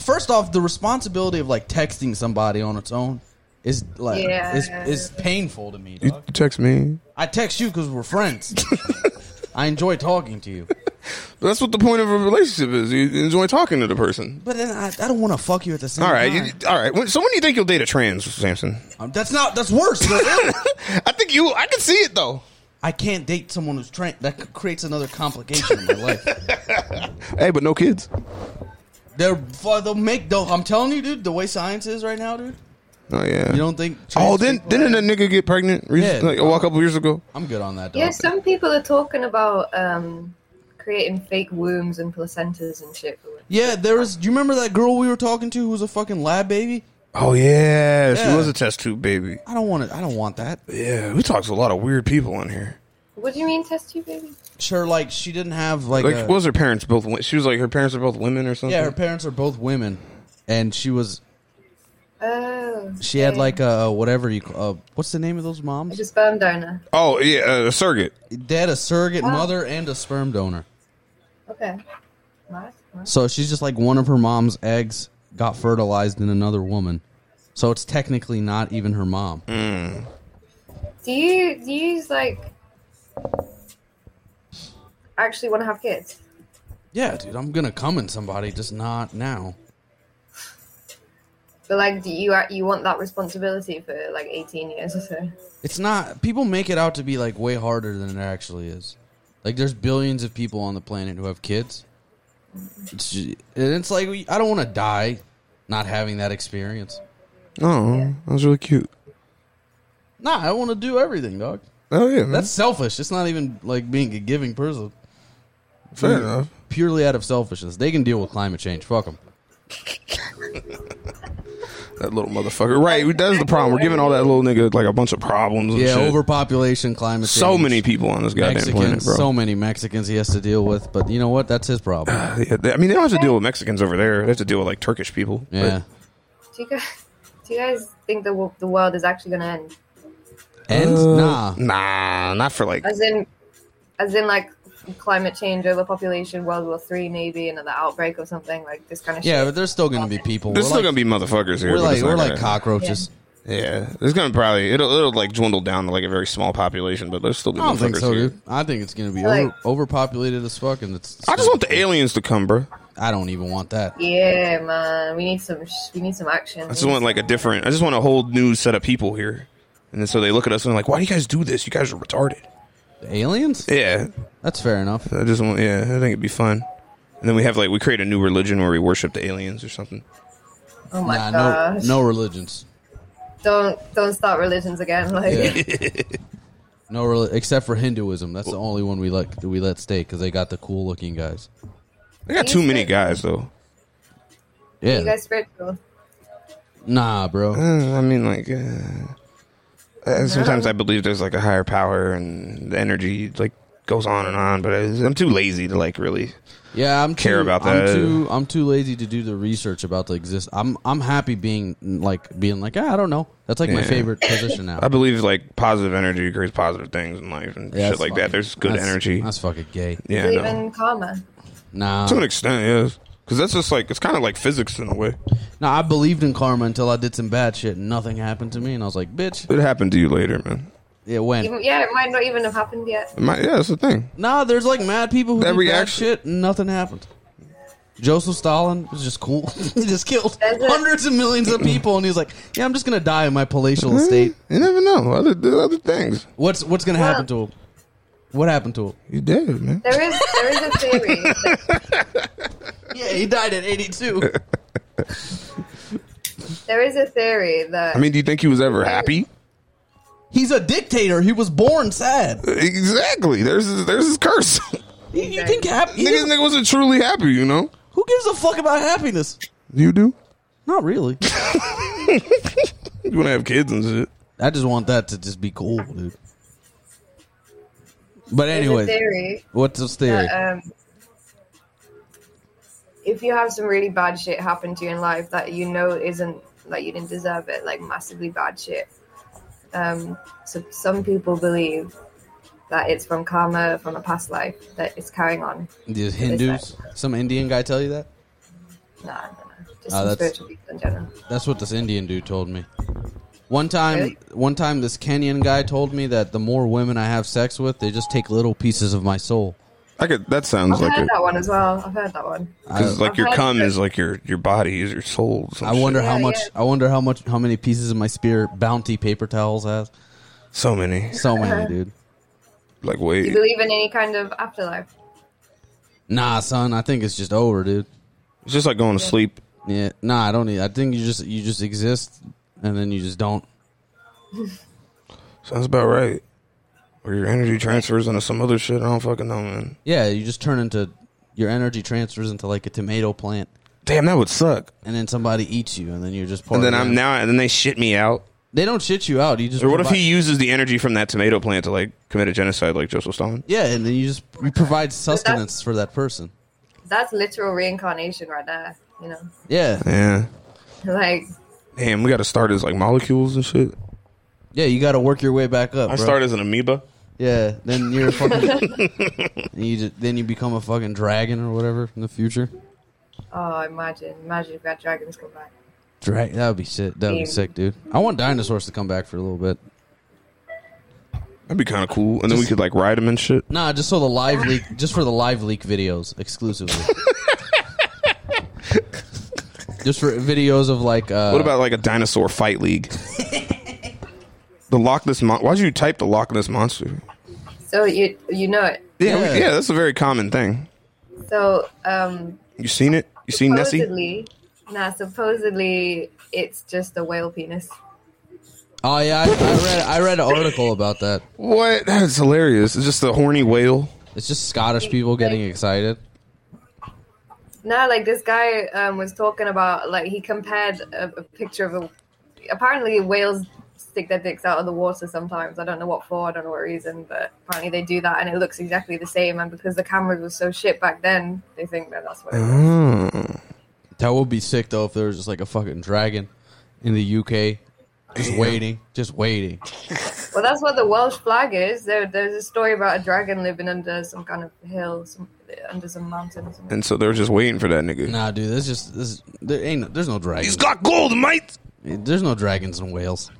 S1: First off, the responsibility of like texting somebody on its own is like
S15: Yeah.
S1: is is painful to me.
S2: You text me.
S1: I text you because we're
S2: <laughs>
S1: friends. I enjoy talking to you,
S2: But that's what the point of a relationship is. You enjoy talking to the person.
S1: but then I, I don't want to fuck you at the same.
S2: All right,
S1: time.
S2: you- all right. When- So when do you think you'll date a trans, Samson?
S1: Um, that's not. That's worse.
S2: <laughs>
S1: I
S2: think you. I can see it though.
S1: I can't date someone who's trans. That creates another complication in my life.
S2: Hey, but no kids.
S1: They're fu- they'll make though. I'm telling you, dude. The way science is right now, dude.
S2: Oh yeah.
S1: You don't think?
S2: Oh, then didn't a nigga get pregnant? Recent,
S1: Yeah.
S2: like, oh, a couple years ago.
S1: I'm good on that. Dog.
S15: Yeah, some people are talking about um, creating fake wombs and placentas and shit. For women.
S1: Yeah, there was. Do you remember that girl we were talking to who was a fucking lab baby?
S2: Oh yeah, she
S1: Yeah.
S2: was a test tube baby.
S1: I don't want it. I don't want that.
S2: Yeah, we talked to a lot of weird people in here.
S15: What do you mean test tube baby?
S1: Sure, like she didn't have like,
S2: Like, uh,
S1: a-
S2: what was her parents both? wo- She was like her parents are both women or something.
S1: yeah, her parents are both women, and she was
S15: Oh.
S1: she had like a, a whatever you call, uh, what's the name of those moms?
S15: It's a sperm donor.
S2: Oh yeah, uh, a surrogate.
S1: They had a surrogate
S15: Wow.
S1: mother and a sperm donor.
S15: Okay. Nice. nice.
S1: So she's just like one of her mom's eggs got fertilized in another woman. So it's technically not even her mom.
S15: Do you do you like actually want to have kids?
S1: Yeah, dude, I'm gonna come in somebody, just not now.
S15: But like, do you uh, you want that responsibility for like eighteen years or so?
S1: It's not. People make it out to be like way harder than it actually is. Like there's billions of people on the planet who have kids. It's ju- and it's like we- I don't want to die not having that experience.
S2: Oh, that was really cute.
S1: Nah, I want to do everything, dog.
S2: Oh yeah, man.
S1: That's selfish. It's not even like being a giving person.
S2: Fair
S1: Pure-
S2: enough.
S1: Purely out of selfishness. They can deal with climate change. Fuck them.
S2: that little motherfucker. Right, that's the problem. We're giving all that little nigga like a bunch of problems. And
S1: Yeah,
S2: Oh, shit.
S1: overpopulation, climate change.
S2: So many people on this goddamn
S1: Mexicans,
S2: planet, bro.
S1: So many Mexicans he has to deal with, but you know what? That's his problem.
S2: <clears throat> Yeah, they- I mean, they don't have to deal with Mexicans over there. They have to deal with like Turkish people.
S1: Yeah.
S15: Do you guys <laughs> do you guys think the wo- the world is actually going to end?
S1: And nah,
S2: uh, nah, not for like.
S15: As in, as in like climate change, overpopulation, World War Three, maybe another outbreak or something like this kind of
S1: Yeah,
S15: shit.
S1: but there's still going to be people.
S2: There's
S1: We're
S2: still
S1: like-
S2: gonna be motherfuckers here.
S1: We're
S2: but
S1: like
S2: it's not
S1: we're like
S2: gonna-
S1: cockroaches.
S2: Yeah, there's gonna probably it'll it'll like dwindle down to like a very small population, but there's still
S1: I
S2: be
S1: don't think
S2: motherfuckers
S1: so,
S2: here.
S1: dude. I think it's going to be
S15: Like-
S1: over, overpopulated as fuck, and it's.
S2: I just want the aliens to come, bro.
S1: I don't even want that.
S15: Yeah, man, we need some sh- we need some action.
S2: I just want like a different. I just want a whole new set of people here, and then so they look at us and they're like, "Why do you guys do this? You guys are retarded."
S1: The aliens?
S2: Yeah,
S1: that's fair enough.
S2: I just want. Yeah, I think it'd be fun. And then we have like we create a new religion where we worship the aliens or something.
S15: oh my
S1: nah,
S15: gosh.
S1: no, no
S2: <laughs>
S1: religions.
S15: Don't don't start religions again. <laughs> Like
S1: Yeah. No, reli- except for Hinduism. That's the only one we like. that We let stay because they got the cool looking guys.
S2: They got too many guys though.
S1: Yeah,
S15: you guys spiritual.
S1: Nah, bro.
S2: Mm, I mean, like, uh, uh, sometimes I believe there's like a higher power and the energy like goes on and on, but I, I'm too lazy to like really.
S1: yeah. I'm
S2: care
S1: too,
S2: about
S1: I'm
S2: that.
S1: too, I'm too lazy to do the research about the exist. I'm I'm happy being like being like "Ah, I don't know. That's like my
S2: Yeah.
S1: favorite position now.
S2: I believe like positive energy creates positive things in life and
S1: Yeah,
S2: shit
S1: that's
S2: like
S1: fucking-
S2: that. There's good
S1: that's-
S2: energy.
S1: That's fucking gay.
S2: Yeah, I
S15: Believe
S2: know.
S15: in karma.
S1: Nah.
S2: <laughs> to an extent, yes. Because that's just like it's kind of like physics in a way.
S1: No, I believed in karma until I did some bad shit and nothing happened to me, and I was like, bitch.
S2: It happened to you later, man.
S1: Yeah, when?
S15: Even, yeah, it might not even have happened yet.
S2: It might- yeah, that's the thing.
S1: Nah, there's like mad people who
S2: That
S1: did
S2: reaction-
S1: bad shit and nothing happened. Joseph Stalin was just cool. <laughs> he just killed hundreds and millions of people, and he was like, yeah, I'm just going to die in my palatial estate.
S2: You never know. Other other things.
S1: What's what's going to happen to him? What happened to him?
S2: You dead, man.
S15: There is there is a theory.
S1: <laughs> yeah, he died at 82.
S15: There is a theory that
S2: I mean, do you think he was ever happy?
S1: <laughs> He's a dictator. He was born sad.
S2: Exactly. There's there's his curse. <laughs>
S1: You think happy?
S2: Nigga, nigga wasn't truly happy, you know.
S1: Who gives a fuck about happiness?
S2: You do.
S1: Not really.
S2: You want to have kids and shit.
S1: I just want that to just be cool, dude. But
S15: There's a
S1: anyway,
S15: theory
S1: what's this theory?
S15: that, um, if you have some really bad shit happen to you in life that you know isn't like you didn't deserve it, like massively bad shit. Um, so some people believe that it's from karma from a past life that it's carrying on.
S1: Did Hindus? Some Indian guy tell you that?
S15: No, I don't know. Just
S1: Ah,
S15: some
S1: that's-
S15: spiritual people in general.
S1: That's what this Indian dude told me. One time,
S15: Really?
S1: one time, this Kenyan guy told me that the more women I have sex with, they just take little pieces of my soul.
S2: I could. That
S15: I've
S2: sounds like
S15: heard
S2: it.
S15: that one as well. I've heard that one.
S1: Uh,
S2: Because like
S15: I've
S2: your
S15: heard
S2: cum
S15: that-
S2: is like your your body is your soul.
S1: I wonder how
S15: Yeah,
S1: much. I wonder how much. How many pieces of my spear Bounty paper towels has?
S2: So many.
S1: So many,
S15: Uh-huh.
S1: dude.
S2: Like
S15: Do
S2: wait.
S15: you believe in any kind of afterlife?
S1: Nah, son. I think it's just over, dude.
S2: It's just like going to sleep.
S1: Yeah. Nah, I don't. Need, I think you just you just exist, and then you just don't.
S2: Sounds about right. Or your energy transfers into some other shit. I don't fucking know, man.
S1: Yeah, you just turn into your energy transfers into like a tomato plant.
S2: Damn, that would suck.
S1: And then somebody eats you, and then you're just part
S2: And then
S1: of
S2: I'm
S1: them.
S2: now. And then they shit me out.
S1: They don't shit you out. You just
S2: Or what if
S1: provide-
S2: he uses the energy from that tomato plant to like commit a genocide like Joseph Stalin?
S1: Yeah, and then you just you provide sustenance for that person.
S15: That's literal reincarnation right there. You know, <laughs>
S1: Yeah.
S2: Yeah.
S15: like
S2: Damn, we got to start as like molecules and shit.
S1: Yeah, you got to work your way back up.
S2: I
S1: bro.
S2: start as an amoeba.
S1: Yeah, then you're a
S2: <laughs>
S1: fucking. you just, then you become a fucking dragon or whatever in the future.
S15: oh, imagine, imagine if that dragons come back.
S1: Drag that would be shit. That would be
S15: Yeah.
S1: sick, dude. I want dinosaurs to come back for a little bit.
S2: That'd be kind of cool. And then we could like ride them and shit.
S1: Nah, just so the live leak, just for the live leak videos
S2: <laughs>
S1: exclusively. just for videos of like. Uh,
S2: what about like a dinosaur fight league? the Loch Ness Mon- Why'd you type the Loch Ness monster?
S15: So you you know it.
S2: Yeah, we- yeah. that's a very common thing.
S15: So um,
S2: You seen it? You seen Nessie?
S15: supposedly, nah, supposedly it's just a whale penis.
S1: Oh yeah, I, I read I read an article about that.
S2: What? That is hilarious. It's just a horny whale.
S1: It's just Scottish people getting excited.
S15: No, like this guy um, was talking about, like he compared a, a picture of a. Apparently, whales stick their dicks out of the water sometimes. I don't know what for. I don't know what reason, but apparently they do that, and it looks exactly the same. And because the cameras were so shit back then, they think that that's what. It
S2: Mm-hmm.
S15: is.
S1: Hmm. That would be sick though if there was just like a fucking dragon in the UK, just waiting, just waiting.
S15: Well, that's what the Welsh flag is. There, there's a story about a dragon living under some kind of hill, some, under some mountain. Or something.
S2: And so they're just waiting for that nigga.
S1: Nah, dude, this just this there ain't there's no dragons. He's
S2: got gold, mate.
S1: There's no dragons in Wales.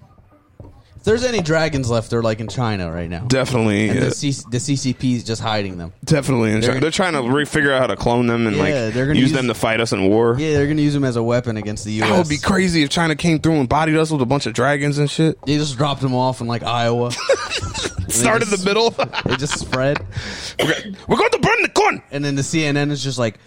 S1: If there's any dragons left, they're like in China right now.
S2: Definitely.
S1: And
S2: yeah.
S1: the, C- the CCP's just hiding them.
S2: Definitely. in
S1: They're-
S2: China. They're trying to re- figure out how to clone them and
S1: Yeah,
S2: like
S1: they're
S2: use,
S1: gonna use-
S2: them to fight us in war.
S1: Yeah, they're gonna use them as a weapon against the U.S.
S2: That would be crazy if China came through and bodied us with a bunch of dragons and shit.
S1: They just dropped them off in like Iowa.
S2: Start in the middle. <laughs>
S1: it just spread.
S2: We're going to burn the corn.
S1: And then the CNN is just like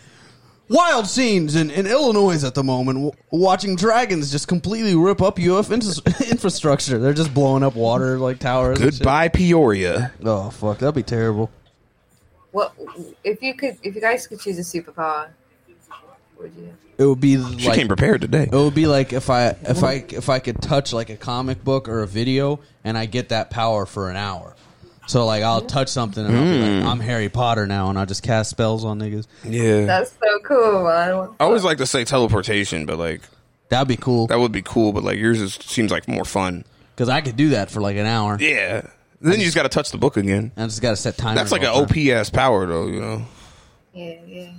S1: wild scenes in, in Illinois at the moment. W- watching dragons just completely rip up UF infra- <laughs> infrastructure. They're just blowing up water like towers. and shit.
S2: Goodbye, Peoria.
S1: Oh fuck, that'd be terrible.
S15: What if you could? If you guys could choose a superpower, what would you?
S1: It would be
S2: She
S1: like, oh,
S2: came prepared today.
S1: It would be like if I if I if I could touch like a comic book or a video, and I get that power for an hour. So like I'll touch something and I'll be like,
S2: Mm.
S1: I'm Harry Potter now, and I'll just cast spells on niggas.
S2: Yeah,
S15: That's so cool, man.
S2: I always like to say teleportation, but like
S1: that'd be cool.
S2: That would be cool, but like yours is, seems like more fun.
S1: Because I could do that for like an hour.
S2: Yeah. Then you just got to touch the book again.
S1: I just got to set time.
S2: That's like an OP ass power, though. You know.
S15: Yeah, yeah.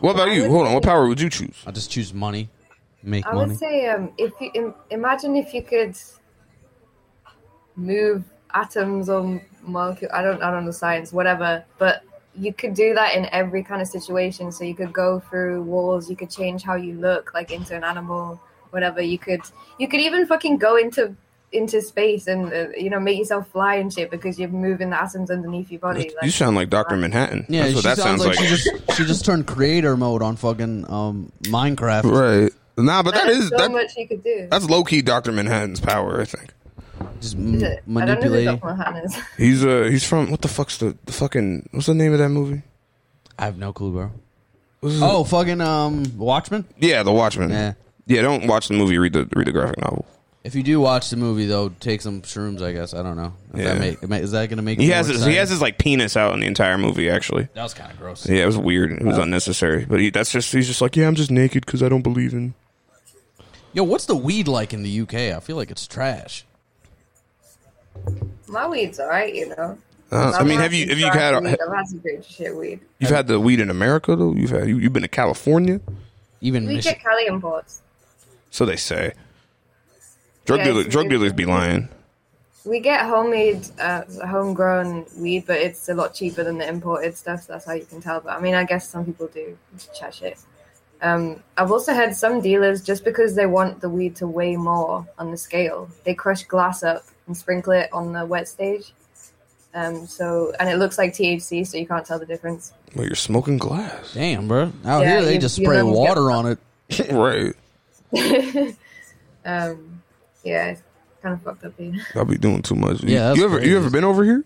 S2: What about you? Hold on. What power would you choose?
S1: I just choose money. Make
S15: I
S1: money.
S15: would say, um, if you Im- imagine if you could move atoms or molecule, I don't, I don't know science, whatever, but you could do that in every kind of situation. So you could go through walls, you could change how you look, like into an animal, whatever. You could, you could even fucking go into into space and uh, you know make yourself fly and shit because you're moving the atoms underneath your body.
S2: You sound like Doctor Manhattan.
S1: yeah,
S2: That's
S1: she
S2: what that
S1: sounds,
S2: sounds like.
S1: like, she just she just turned creator mode on fucking um, Minecraft.
S2: <laughs> right. Nah, but that
S15: There's
S2: is
S15: so
S2: that,
S15: much you could do.
S2: that's low key Doctor Manhattan's power. I think
S1: Just
S15: Is it? I don't know who Dr. Manhattan is.
S2: he's uh he's from what the fuck's the the fucking what's the name of that movie?
S1: I have no clue, bro.
S2: it?
S1: Oh, fucking um, Watchmen.
S2: Yeah, The Watchmen. Yeah. Yeah. Don't watch the movie. Read the read the graphic novel.
S1: If you do watch the movie, though, take some shrooms. I guess I don't know. If
S2: Yeah.
S1: that make, ma- is that going to make?
S2: He
S1: it
S2: has
S1: more
S2: his, he
S1: exciting?
S2: has his like penis out in the entire movie. Actually,
S1: That was kind of gross.
S2: Yeah, it was weird. It was unnecessary. But he, that's just he's just like, yeah, I'm just naked because I don't believe in.
S1: Yo, what's the weed like in the UK? I feel like it's trash.
S15: <laughs> My weed's alright, you know.
S2: Uh, I mean,
S15: I've
S2: have you-
S15: some
S2: have you
S15: dry
S2: had-
S15: Weed. I've had some good shit weed.
S2: You've had the weed in America though. You've had you, you've been to California,
S1: even
S15: We get Cali imports.
S2: So they say. Drug
S15: Yeah,
S2: dealer,
S15: it's
S2: drug
S15: weird.
S2: dealers be lying.
S15: We get homemade, uh, homegrown weed, but it's a lot cheaper than the imported stuff. So that's how you can tell. But I mean, I guess some people do chat shit. Um, I've also had some dealers just because they want the weed to weigh more on the scale, they crush glass up and sprinkle it on the wet stage. Um, so and it looks like THC, so you can't tell the difference. <laughs>
S2: Well, you're
S1: <laughs>
S2: smoking glass.
S1: Damn, bro. Out
S15: Yeah,
S1: here, they
S15: you-
S1: just
S15: you
S1: spray
S15: don't get
S1: water on it.
S2: right.
S15: um, yeah, it's kind of fucked up here. <laughs>
S2: I'll be doing too much.
S1: Yeah,
S2: Yeah,
S1: that's
S2: you, ever
S1: crazy.
S2: you ever been over here?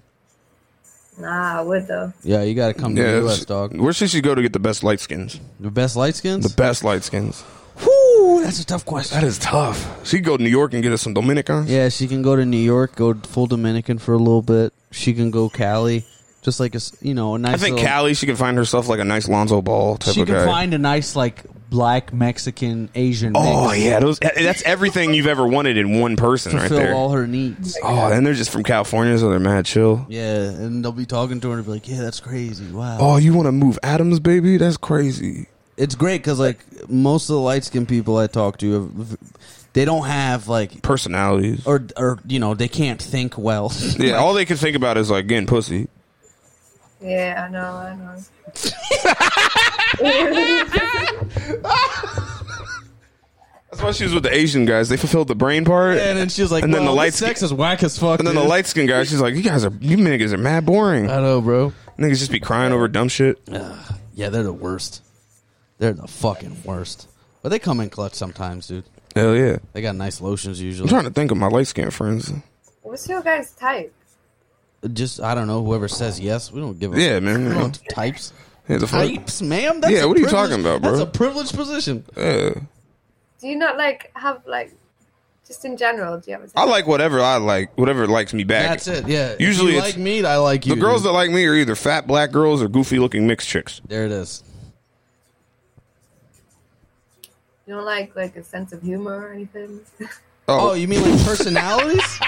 S15: Nah, I would though.
S1: Yeah, you got to come to
S2: Yeah,
S1: the
S2: that's-
S1: US, dog.
S2: Where should she go to get the best light skins?
S1: The best light skins.
S2: The best light skins.
S16: Ooh, that's a tough question.
S2: That is tough. She can go to New York and get us some Dominicans.
S1: Yeah, she can go to New York, go full Dominican for a little bit. She can go Cali, just like a s- you know a nice.
S2: I think
S1: little-
S2: Callie, she can find herself like a nice Lonzo Ball type
S1: She
S2: of
S1: can
S2: guy.
S1: find a nice like black Mexican Asian.
S2: oh
S1: mix.
S2: yeah, those that's everything you've ever wanted in one person right
S1: fulfill
S2: there.
S1: all her needs.
S2: oh, and they're just from California, so they're mad chill.
S1: yeah, and they'll be talking to her and be like, "Yeah, that's crazy. Wow."
S2: Oh, you want to move Adams, baby? That's crazy.
S1: it's great because like most of the light skinned people I talk to, have, they don't have like
S2: personalities
S1: or or you know they can't think well. <laughs>
S2: Yeah, all they can think about is like getting pussy.
S15: Yeah, I know, I know.
S2: That's why she was with the Asian guys. They fulfilled the brain part,
S1: and then she was like,
S2: and then
S1: "Well,
S2: the light
S1: this sex is whack as fuck."
S2: and then the
S1: dude."
S2: light skin guy. She's like, you guys are you niggas are mad boring. I
S1: know, bro.
S2: Niggas just be crying over dumb shit.
S1: Yeah, they're the worst. They're the fucking worst. But they come in clutch sometimes, dude.
S2: Hell yeah.
S1: They got nice lotions
S2: I'm
S1: usually.
S2: trying to think of my light skin friends.
S15: What's your guys' type?
S1: Just I don't know. Whoever says yes, we don't give a
S2: Yeah, man,
S1: We
S2: yeah.
S1: don't types.
S2: Yeah, the fuck.
S1: Types, ma'am. That's
S2: Yeah,
S1: a
S2: what are you
S1: privileged-
S2: talking about, bro?
S1: That's a privileged position.
S2: Yeah.
S15: Do you not like have like just in general? Do you have a type?
S2: I like whatever I like, whatever likes me back.
S1: That's it. Yeah.
S2: Usually
S1: if you
S2: it's-
S1: like me, I like you.
S2: the girls
S1: dude.
S2: that like me are either fat black girls or goofy looking mixed chicks.
S1: There it is.
S15: You don't like like a sense of humor or anything?
S2: <laughs> Oh.
S1: you mean
S2: <laughs>
S1: like personalities?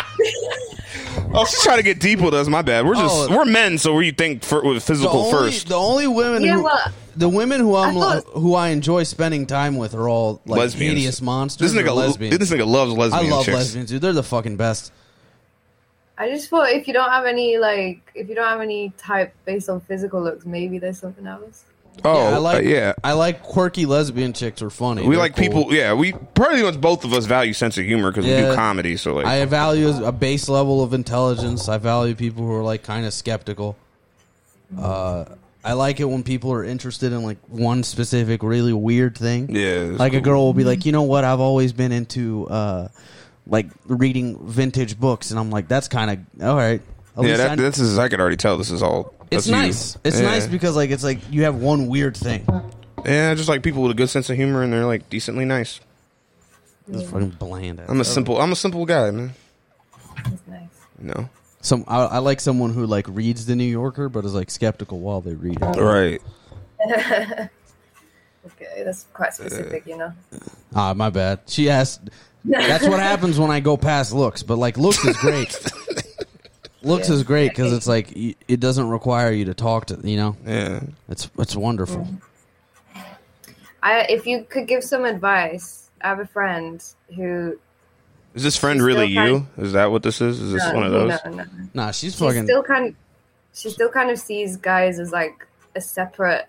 S2: Oh, she's trying to get deep with us. My bad. We're just
S1: Oh.
S2: we're men, so we think for, with
S1: the
S2: physical
S1: only,
S2: first.
S1: The only women.
S15: Yeah,
S1: who,
S15: well,
S1: the women who I'm
S15: I thought-
S1: who I enjoy spending time with are all like
S2: Lesbians.
S1: hideous monsters.
S2: This
S1: or
S2: nigga lo-
S1: lesbians.
S2: this nigga loves lesbian
S1: I love
S2: chicks.
S1: lesbians, dude. They're the fucking best.
S15: I just thought if you don't have any like if you don't have any type based on physical looks, maybe there's something else.
S2: Oh,
S1: I like
S2: uh, yeah.
S1: I like quirky lesbian chicks are funny.
S2: we
S1: They're
S2: like
S1: cool.
S2: people. Yeah, we pretty much both of us value sense of humor because we
S1: Yeah.
S2: do comedy. So like,
S1: I value a base level of intelligence. I value people who are like kind of skeptical. Uh, I like it when people are interested in like one specific really weird thing.
S2: Yeah, that's
S1: like a
S2: cool.
S1: girl will be like, you know what? I've always been into uh, like reading vintage books, and I'm like, that's kind of all right. At
S2: yeah,
S1: least I-
S2: that, this is. I could already tell this is all.
S1: it's
S2: that's you.
S1: nice. It's
S2: Yeah.
S1: nice because like it's like you have one weird thing.
S2: Yeah, I just like people with a good sense of humor and they're like decently nice.
S1: It's fucking bland.
S2: I'm a simple. I'm a simple guy, man. No.
S1: Some I, I like someone who like reads the New Yorker, but is like skeptical while they read it.
S2: Right.
S15: okay, that's quite specific, you know.
S1: Ah, my bad. She asked. That's what happens when I go past looks, but like looks is great. looks is great because it's like y- it doesn't require you to talk to you know.
S2: Yeah,
S1: it's it's wonderful.
S15: I if you could give some advice, I have a friend who
S2: Is this friend really you? Is that what this is? Is this
S15: No,
S2: one of those?
S15: no, no.
S1: Nah, she's
S15: she still kind of she still kind of sees guys as like a separate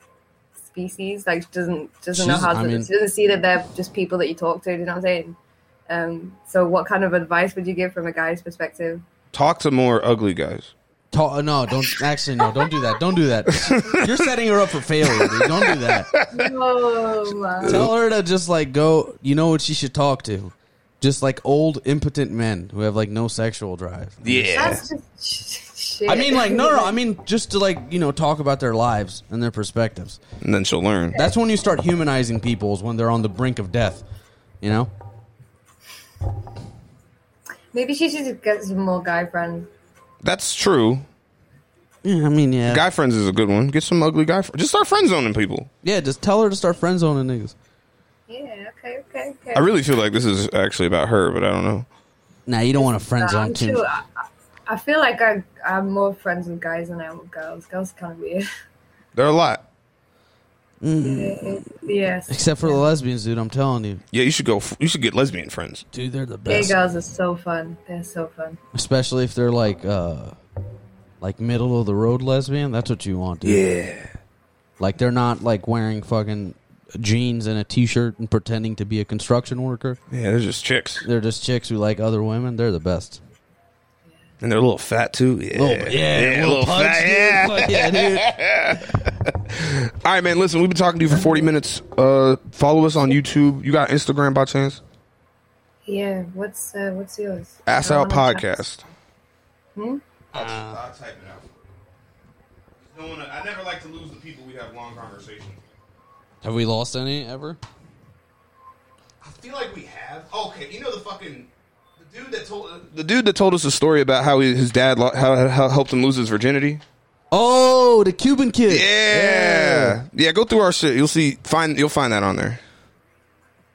S15: species. Like she doesn't doesn't know
S1: She's-
S15: how to
S1: I mean-
S15: she doesn't see that they're just people that you talk to. Do you know what I'm saying? Um, so what kind of advice would you give from a
S1: <laughs>
S15: guy's perspective?
S2: Talk to more ugly guys.
S1: Ta- no, don't actually no, don't do that. Don't do that. You're setting her up for failure. Dude. Don't do that.
S15: oh,
S1: Tell her to just like go. You know what she should talk to? Just like old impotent men who have like no sexual drive.
S15: That's just shit.
S1: I mean, like no, no. I mean, just to like you know talk about their lives and their perspectives.
S2: And then she'll learn.
S1: That's when you start humanizing people is when they're on the brink of death. You know?
S15: Maybe she should get some more guy friends.
S2: That's true.
S1: Yeah, I mean, yeah.
S2: Guy friends is a good one. Get some ugly guy. Fr- just start friend zoning people.
S1: Yeah, just tell her to start friend zoning niggas.
S15: Yeah. Okay. Okay. Okay.
S2: I really feel like this is actually about her, but I don't know.
S1: Nah, you don't want to friend
S15: Nah,
S1: zone
S15: I'm
S1: too.
S15: too. I, I- I feel like I, I'm more friends with guys than I am with girls. Girls are kind of weird.
S2: There are a lot.
S15: <laughs> yes.
S1: Except for the lesbians, dude. I'm telling you,
S2: Yeah, you should go. f- You should get lesbian friends.
S1: Dude, they're the
S15: Gay
S1: best.
S15: girls are so fun. They're so fun.
S1: especially if they're like, uh like middle of the road lesbian. That's what you want, dude.
S2: Yeah.
S1: Like they're not like wearing fucking jeans and a t-shirt and pretending to be a construction worker.
S2: Yeah, they're just chicks.
S1: They're just chicks who like other women. They're the best.
S2: And they're a little fat too. Yeah,
S1: Little- yeah,
S2: yeah,
S1: little punch, dude. Fuck yeah,
S2: <laughs>
S1: dude.
S2: All right, man. Listen, we've been talking to you for 40 minutes. Uh, follow us on YouTube. You got Instagram by chance?
S15: Yeah. What's uh, What's yours?
S2: Ass
S15: I
S2: Out
S15: don't wanna check.
S2: Podcast.
S15: Hmm?
S1: Uh,
S2: I'll type it out. I never like to lose the people we have long conversations.
S1: Have we lost any ever?
S2: I feel like we have. Okay, you know the fucking the dude that told the dude that told us a story about how he, his dad lo- how, how helped him lose his virginity.
S1: Oh, the Cuban kid.
S2: Yeah. yeah, Go through our shit. You'll see. Find you'll find that on there.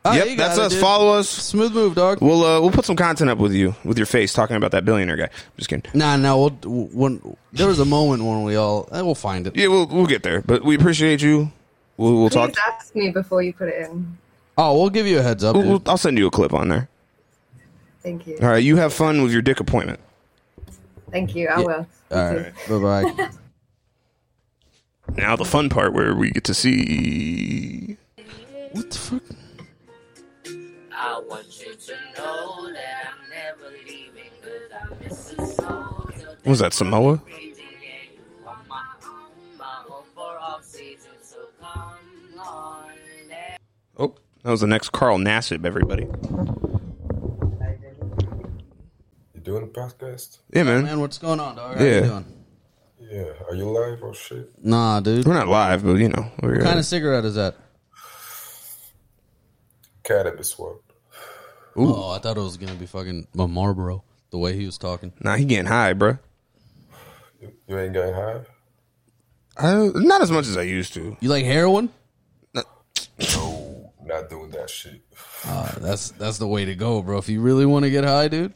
S1: Ah, you
S2: yep,
S1: got
S2: that's
S1: it,
S2: us.
S1: dude.
S2: Follow us.
S1: Smooth move, dog.
S2: We'll uh, we'll put some content up with you with your face talking about that billionaire guy. I'm just kidding.
S1: Nah, no. We'll, w- when there was a moment when we all eh, we'll find it.
S2: Yeah, we'll we'll get there. But we appreciate you. We'll, we'll talk.
S17: Please ask me before you put it in.
S1: Oh, we'll give you a heads up.
S2: We'll- we'll- I'll send you a clip on there.
S17: Thank you.
S2: All right, you have fun with your dick appointment.
S17: Thank you. I will.
S1: All right. Bye bye.
S2: <laughs> Now the fun part where we get to see.
S1: What the fuck?
S18: I want you to know that I'm never leaving cause I miss you so
S2: What was that Samoa?
S18: on my own my home for off season so come on let
S2: Oh, that was the next Carl Nassib. Everybody.
S19: You doing a podcast?
S2: Yeah, man.
S1: Man, what's going on, dog? How
S2: Yeah.
S1: you doing?
S19: Yeah. Are you live or shit?
S1: Nah, dude.
S2: We're not live, but you know. We're, uh,
S1: What kind of cigarette is that?
S19: Cannabis one.
S1: Oh, I thought it was gonna be fucking a Marlboro. The way he was talking.
S2: Nah, he getting high, bro.
S19: You ain't getting high?
S2: I, not as much as I used to.
S1: You like heroin?
S19: No, not doing that shit.
S1: Uh, that's that's the way to go, bro. If you really want to get high, dude.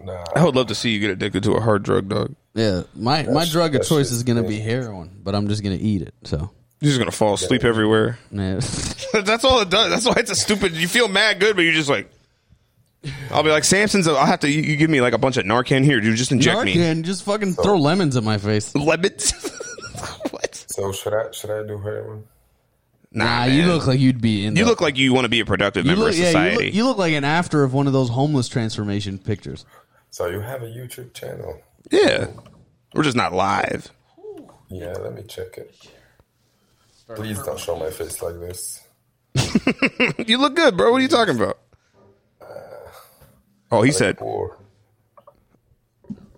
S19: Nah.
S2: I
S9: Oh.
S2: would love to see you get addicted to a hard drug, dog.
S1: Yeah, my my
S2: That's-
S1: drug of
S2: that's
S1: choice
S2: just
S1: is gonna be
S2: crazy.
S1: heroin, but I'm just gonna eat it. So.
S2: You're just gonna fall asleep everywhere.
S1: <laughs> Yeah.
S2: That's all it does. That's why it's a stupid. You feel mad good, but you're just like. I'll be like Samson's. I'll have to. You, you give me like a bunch of Narcan here, dude. Just inject me.
S1: Narcan, just fucking
S2: Oh.
S1: throw lemons in my face.
S2: Lemons? <laughs>
S19: So should I should I do heroin?
S1: Nah, you
S2: man.
S1: look like you'd be in.
S2: You
S1: the-
S2: look like you want to be a productive
S1: you
S2: member
S1: look,
S2: of
S1: yeah,
S2: society.
S1: you look, you look like an after of one of those homeless transformation pictures.
S19: So you have a YouTube channel?
S2: Yeah. We're just not live. <laughs>
S19: Yeah, let me check it. Please don't show my face like this.
S2: you look good, bro. What are you talking about? Oh, he said.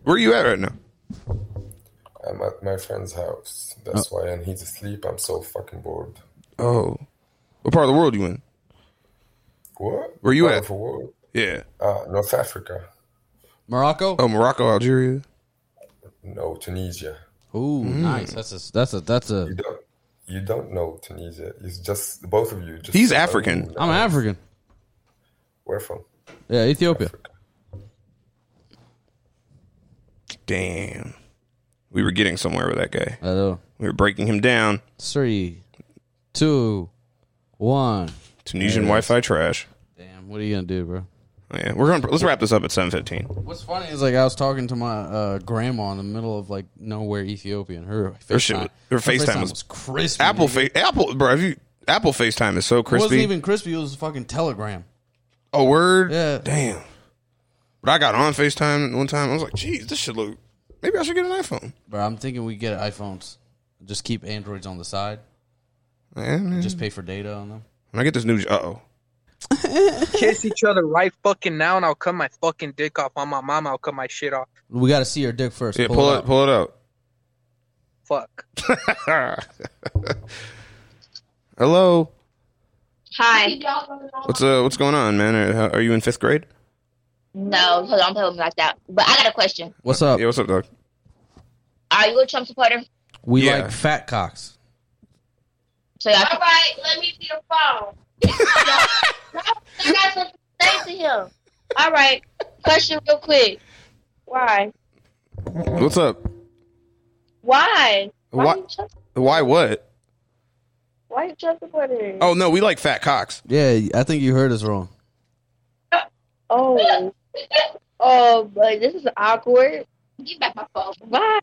S2: Where you at right now?
S19: I'm at my friend's house. That's why, and he's asleep. I'm so fucking bored.
S2: Oh, what part of the world you in?
S19: What?
S2: Where you
S19: Out
S2: at?
S19: of the world?
S2: Yeah.
S19: Uh, North Africa.
S1: Morocco?
S2: Oh, Morocco, Algeria.
S19: No, Tunisia.
S2: Oh.
S1: Ooh,
S2: Mm-hmm.
S1: nice. That's a that's a that's a.
S19: You don't know Tunisia. It's just the both of you. Just
S2: He's African.
S1: I'm African.
S19: Where from?
S1: Yeah, Ethiopia.
S2: Damn. We were getting somewhere with that guy.
S1: I know.
S2: We were breaking him down.
S1: Three, two, one.
S2: Tunisian Wi-Fi trash.
S1: Damn, what are you gonna do, bro?
S2: Oh, yeah, we're going. to Let's wrap this up at seven fifteen.
S1: What's funny is like I was talking to my uh, grandma in the middle of like nowhere Ethiopia, and her
S2: Her shit. was- Her FaceTime was,
S1: crispy.
S2: Apple face. Apple, bro. Have you? Apple FaceTime is so
S1: It wasn't
S2: crispy.
S1: even crispy. It was fucking Telegram.
S2: A word.
S1: Yeah.
S2: Damn. But I got on FaceTime one time. I was like, "Geez, this should look." Maybe I should get an iPhone.
S1: Bro, I'm thinking we get iPhones. Just keep Androids on the side.
S2: Man.
S1: Just pay for data on them.
S2: When I get this new, uh oh.
S10: Kiss each other right fucking now, and I'll cut my fucking dick off. On my mom, I'll cut my shit off.
S1: We got to see your dick first.
S2: Yeah, pull, it, pull it out.
S10: Fuck.
S2: <laughs> Hello.
S20: Hi.
S2: What's uh What's going on, man? Are, how- are you in fifth grade?
S20: No, hold on, tell me like that. But I got a question.
S1: What's up?
S2: Yeah, what's up, dog?
S20: Are you a Trump supporter?
S1: We
S2: Yeah.
S1: like fat cocks.
S20: So y'all All right, let me see your phone. I got something to say to him. All right, question real quick. Why?
S2: What's up?
S20: Why? Why?
S2: Why?
S20: you Trump,
S2: Why what?
S20: why you Trump supporter?
S2: Oh no, we like fat cocks.
S1: Yeah, I think you heard us wrong.
S20: Oh. oh, but this is awkward. Give back my phone. Bye.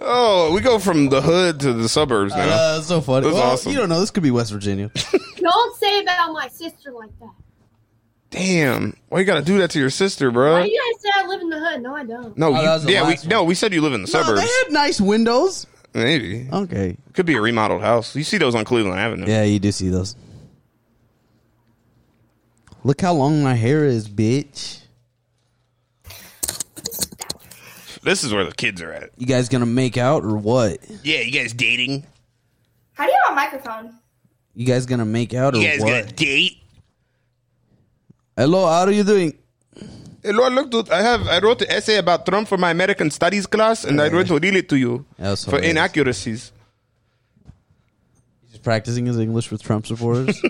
S2: Oh, we go from the hood to the suburbs now.
S1: Uh, that's so funny.
S2: That's
S1: well,
S2: awesome.
S1: You don't know. This could be West
S2: <laughs>
S1: Virginia.
S15: Don't say about my sister like that.
S2: Damn, why you gotta do that to your sister, bro?
S15: Why you guys say I live in the hood? No, I don't.
S2: No,
S1: Oh, that was
S2: you,
S1: the
S2: yeah, we,
S1: last
S2: no, we said you live in the
S1: No,
S2: suburbs.
S1: they had nice windows.
S2: Maybe.
S1: Okay.
S2: Could be a remodeled house. You see those on Cleveland Avenue.
S1: Yeah, you do see those. Look how long my hair is, bitch.
S2: This is where the kids are at.
S1: You guys gonna make out or what?
S2: Yeah, you guys dating?
S20: How do you have a microphone?
S1: You guys gonna make out or
S2: You guys
S1: what?
S2: gonna date?
S1: Hello, how are you doing?
S2: Hello, look, dude. Eh, I have I wrote an essay about Trump for my American Studies class, and I wrote to read it to you
S1: That's
S2: for
S1: hilarious.
S2: inaccuracies.
S1: He's practicing his English with Trump
S2: <laughs>
S1: supporters.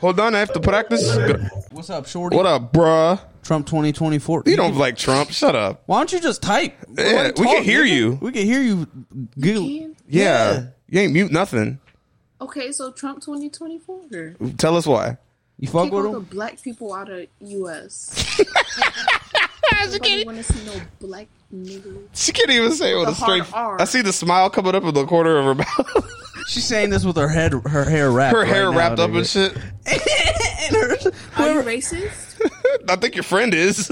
S2: Hold on, I have to practice.
S1: What's up, Shorty?
S2: What up, bruh?
S1: Trump 2024.
S2: You don't like Trump? Shut up.
S1: Why don't you just type?
S2: Yeah, we can hear you.
S1: We can hear you. Giggle.
S2: Yeah. you ain't mute nothing.
S11: Okay, so Trump 2024.
S2: Tell us why.
S1: You
S11: Kick all the black people out of U.S. Nobody want to see no black niggas.
S2: She can't even say it with
S11: The
S2: a straight.
S11: hard R.
S2: I see the smile coming up in the corner of her <laughs> mouth.
S1: She's saying this with her head, her hair wrapped,
S2: Her hair
S1: right now,
S2: wrapped up
S1: nigga.
S2: and
S1: <laughs>
S2: shit.
S11: Are you racist?
S2: I think your friend is.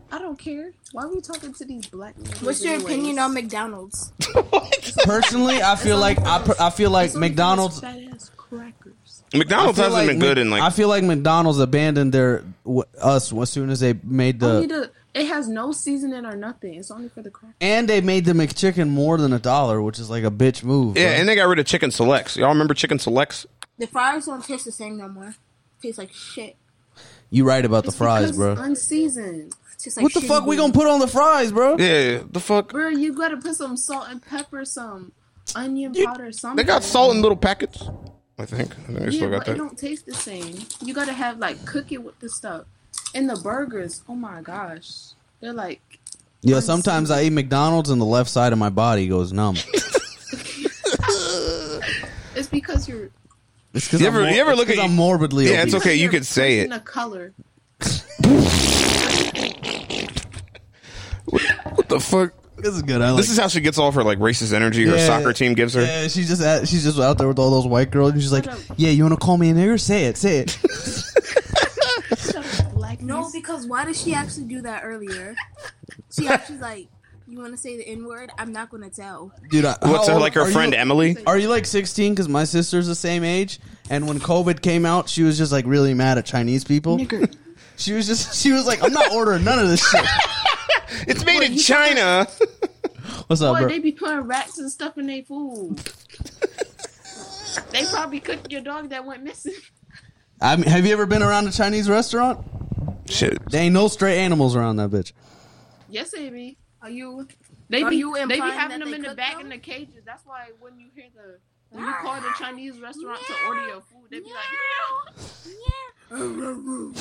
S2: <laughs>
S11: I don't care. Why are we talking to these black niggas?
S20: What's your
S11: anyways?
S20: opinion on McDonald's?
S1: Personally, I feel like I, per- I feel like
S11: It's only for
S1: McDonald's.
S11: those fat-ass crackers.
S2: McDonald's
S1: I feel
S2: hasn't been good in, like-
S1: I feel like McDonald's abandoned their w- us as soon as they made
S11: Only
S1: the
S11: the it has no seasoning or nothing. It's only for the crackers.
S1: and they made the McChicken more than a dollar, which is like a bitch move.
S2: yeah, and they got rid of chicken selects. Y'all remember chicken selects?
S20: The fries don't taste the same no more. Tastes like shit.
S1: You right about the fries,
S11: Because
S1: bro.
S11: it's Unseasoned.
S20: Tastes
S1: what the fuck we gonna put on the fries, bro?
S2: Yeah, the fuck.
S11: Bro, you gotta put some salt and pepper, some onion powder, something.
S2: They got salt in little packets. I think. I think they
S11: Yeah,
S2: still
S11: but
S2: got
S11: it
S2: that.
S11: don't taste the same. You gotta have like cook it with the stuff. And the burgers, oh my gosh, they're like
S1: Yeah, sometimes I eat McDonald's and the left side of my body goes
S2: <laughs>
S1: numb.
S11: it's because you're
S1: It's 'cause
S2: You
S1: I'm
S2: ever- you ever
S1: it's
S2: look
S1: 'cause
S2: at-
S1: I'm morbidly
S2: Yeah, it's
S1: obese.
S2: okay. You can say
S11: in
S2: it.
S11: a color.
S2: What the fuck?
S1: This is good. I like
S2: this is how she gets all of her like racist energy her
S1: Yeah.
S2: soccer team gives her.
S1: Yeah, she's just at, she's just out there with all those white girls, and she's like, "Yeah, you want to call me a nigger? Say it, say
S2: <laughs>
S1: it."
S20: No, because why did she actually do that earlier? She actually like, you want to say the n word? I'm not gonna tell.
S1: Dude, I,
S2: What's
S1: how
S2: her-
S1: old-
S2: like her
S1: are you-
S2: friend Emily?
S1: Are you like 16? Because my sister's the same age, and when COVID came out, she was just like really mad at Chinese people.
S11: Nigger.
S1: <laughs> She was just she was like, "I'm not ordering none of this
S20: <laughs>
S1: shit."
S2: It's made in China.
S1: What's up,
S11: Boy,
S1: bro?
S11: they be putting rats and stuff in
S1: <laughs>
S11: their food. they probably cooked your dog that went missing.
S1: I mean, have you ever been around a Chinese restaurant?
S2: <laughs> Shit,
S1: there ain't no stray animals around that bitch.
S11: Yes, Amy. Are you?
S20: They
S11: They
S20: Are
S11: be,
S20: be- you they be
S11: they be
S20: implying having
S11: having
S20: that them
S11: them
S20: they in
S11: in
S20: the cook
S11: the back
S20: back in
S11: in the cages. That's why when you hear the when you call the Chinese restaurant to order your food, they be like,
S20: Oh,
S11: no.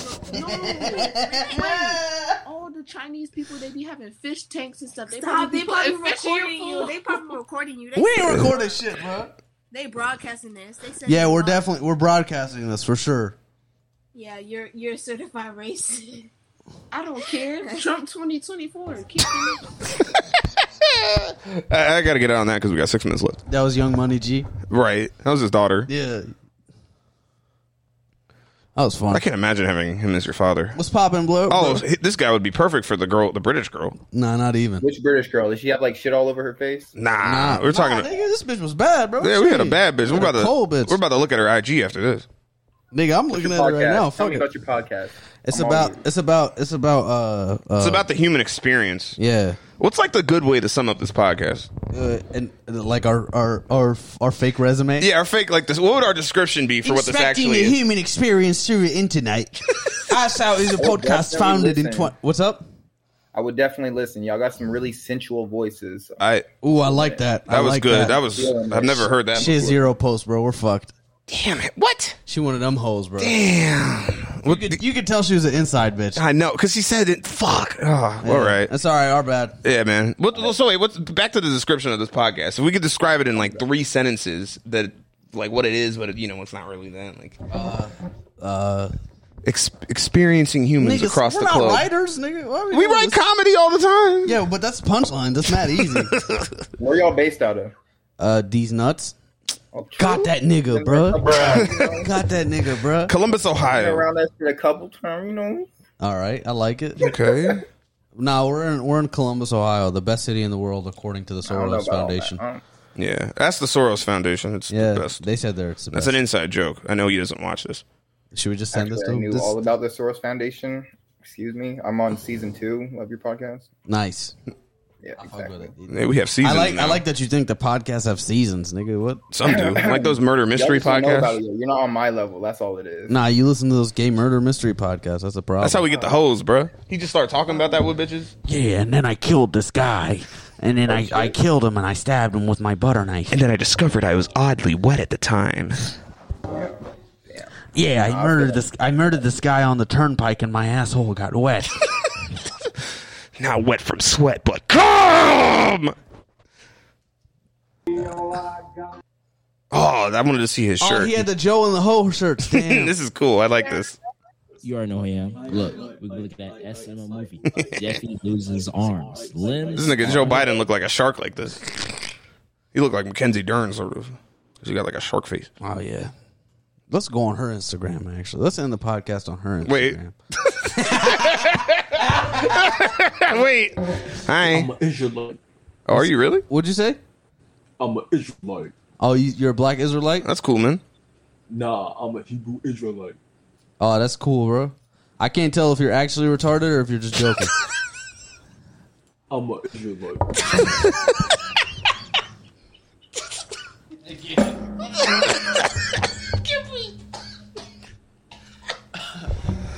S11: All the Chinese people, they be having fish tanks and stuff. They
S20: Stop!
S11: probably
S20: They
S11: be
S20: probably
S11: putting fish in your
S20: recording you.
S11: food.
S20: They probably recording you. They,
S1: We ain't recording shit, bro.
S20: They broadcasting this. They said.
S1: Yeah, we're definitely we're broadcasting this for sure.
S20: Yeah, you're you're a certified racist.
S11: <laughs> I don't care. Trump twenty twenty four. Keep
S2: I, I gotta get out on that because we got six minutes left.
S1: That was Young Money G.
S2: Right, that was his daughter.
S1: Yeah. That was fun.
S2: I can't imagine having him as your father.
S1: What's poppin', blue?
S2: Oh,
S1: Blue?
S2: he- this guy would be perfect for the girl, the British girl.
S1: nah, not even.
S19: Which British girl? Does she have like shit all over her face?
S2: Nah, we we're talking.
S1: Nah, nigga, this bitch was bad, bro.
S2: yeah, we had a
S1: Shit.
S2: bad bitch. We're
S1: Had a
S2: about to
S1: cold bitch.
S2: We're about to look at her IG after this.
S1: Nigga, I'm looking at it right now.
S19: Tell
S1: Fuck
S19: me
S1: it.
S19: about your podcast.
S1: It's about it's about it's about uh, uh
S2: It's about the human experience.
S1: Yeah.
S2: What's like the good way to sum up this podcast?
S1: uh, and uh, like our our our our fake resume.
S2: Yeah, our fake like this. What would our description be for what this
S1: Expecting
S2: actually
S1: the
S2: is?
S1: human experience through the
S2: <laughs>
S1: internet. Us Out is a
S19: Oh,
S1: podcast
S19: definitely
S1: founded in
S19: listen.
S1: twenty. What's up?
S19: I would definitely listen. Y'all got some really sensual voices.
S2: I
S1: Ooh, I like that.
S19: That
S1: I
S19: was
S1: like
S19: good.
S1: That.
S19: That was- I've never heard that
S1: She has
S19: before.
S1: zero posts, bro. We're fucked.
S2: Damn it! What?
S1: She wanted them hoes, bro.
S2: Damn.
S1: You could, you could tell she was an inside bitch.
S2: I know because he said it. Fuck. Oh, All right.
S1: That's all right. Our bad.
S2: Yeah, man. What, so wait, what's back to the description of this podcast? If we could describe it in like three sentences, that like what it is, but it, you know, it's not really that. Like,
S1: uh, uh,
S2: Ex- experiencing humans
S1: Niggas,
S2: across
S1: we're
S2: the
S1: not
S2: globe.
S1: writers, nigga. Why
S2: We
S1: doing
S2: write comedy all the time.
S1: Yeah, but that's punchline. That's not
S2: <laughs>
S1: easy.
S19: Where y'all based out of?
S1: uh, these nuts.
S19: Oh, <laughs>
S1: Got that nigga, bro. <laughs> Got that nigga, bro.
S2: Columbus,
S19: Been around that shit a couple times, you know.
S1: All right, I like it.
S2: Okay.
S1: No, we're in we're in Columbus, Ohio, the best city in the world according to the
S19: I don't know
S1: Soros
S19: about all that.
S1: Foundation.
S19: I don't-
S2: Yeah, that's the Soros Foundation. It's the best.
S1: They said they're it's the
S2: That's
S1: best.
S2: an inside joke. I know he doesn't watch this.
S1: Should we just send this
S19: Actually,
S1: to
S19: I
S1: him?
S19: knew
S1: This-
S19: all about the Soros Foundation. Excuse me. I'm on season two of your podcast.
S1: nice.
S21: Yeah, exactly.
S2: Yeah, we have seasons
S1: I like
S2: now.
S1: I like that you think the podcasts have seasons, nigga. What?
S2: Some do. Like those murder mystery
S21: Y'all just don't know about
S2: podcasts.
S21: it yet. You're not on my level. That's all it is.
S1: Nah, you listen to those gay murder mystery podcasts. That's a problem.
S2: That's how we get the hoes, bro. He just started talking about that with bitches.
S1: Yeah, and then I killed this guy, and then I, I killed him and I stabbed him with my butter knife.
S2: And then I discovered I was oddly wet at the time.
S1: Yeah, I murdered this. I murdered this guy on the turnpike, and my asshole got
S2: <laughs>
S1: wet.
S2: Not wet from sweat, but come. Oh, I wanted to see his shirt.
S1: Oh, he had the Joe and the Ho shirts. Damn.
S2: <laughs> this is cool. I like this.
S10: You already know who I am. Look, we look at that
S2: <laughs>
S10: SMO movie. Jeffy loses arms, limbs.
S2: This nigga Joe Biden looked like a shark like this. He looked like Mackenzie Dern sort of. 'Cause He got like a shark face.
S1: Oh yeah. Let's go on her Instagram. Actually, let's end the podcast on her. Instagram.
S2: Wait. Wait. Hi. I'm
S1: an Israelite.
S2: Oh, are you really?
S1: What'd you say?
S19: I'm an Israelite. Uh,
S1: Oh, you, you're a black Israelite.
S2: That's cool, man.
S19: Nah, I'm a Hebrew Israelite.
S1: Oh, that's cool, bro. I can't tell if you're actually retarded or if you're just
S19: <laughs>
S1: joking.
S19: I'm an Israelite.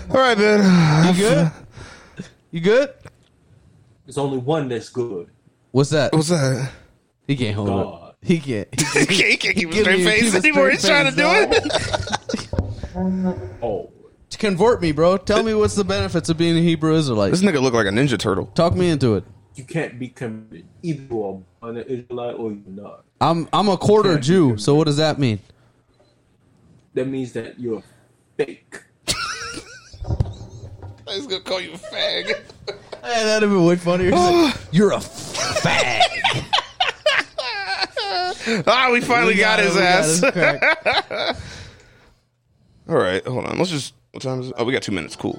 S2: All right, man.
S1: You good? You good?
S19: There's only one that's good.
S1: What's that?
S2: What's that?
S1: He can't hold it. He can't. He
S2: <laughs> he can't keep a
S1: Give
S2: straight
S1: me- keep
S2: face
S1: a
S2: anymore.
S1: straight
S2: He's trying to
S1: face,
S2: do it.
S19: Oh,
S1: Convert me, bro. Tell me what's the benefits of being a Hebrew Israelite.
S2: This nigga look like a Ninja Turtle.
S1: Talk me into it.
S19: you can't be converted. Either you're born an Israelite or you're not.
S1: I'm I'm a quarter Jew, so what does that mean?
S19: That means that you're fake.
S2: <laughs> He's gonna call you a fag.
S1: Hey, that'd be way funnier. <sighs> You're a fag.
S2: <laughs> Ah, we finally
S1: We
S2: got,
S1: got
S2: his
S1: it, we got
S2: ass.
S1: it, crack.
S2: All right, hold on. Let's just. What time is it? Oh, we got two minutes. Cool.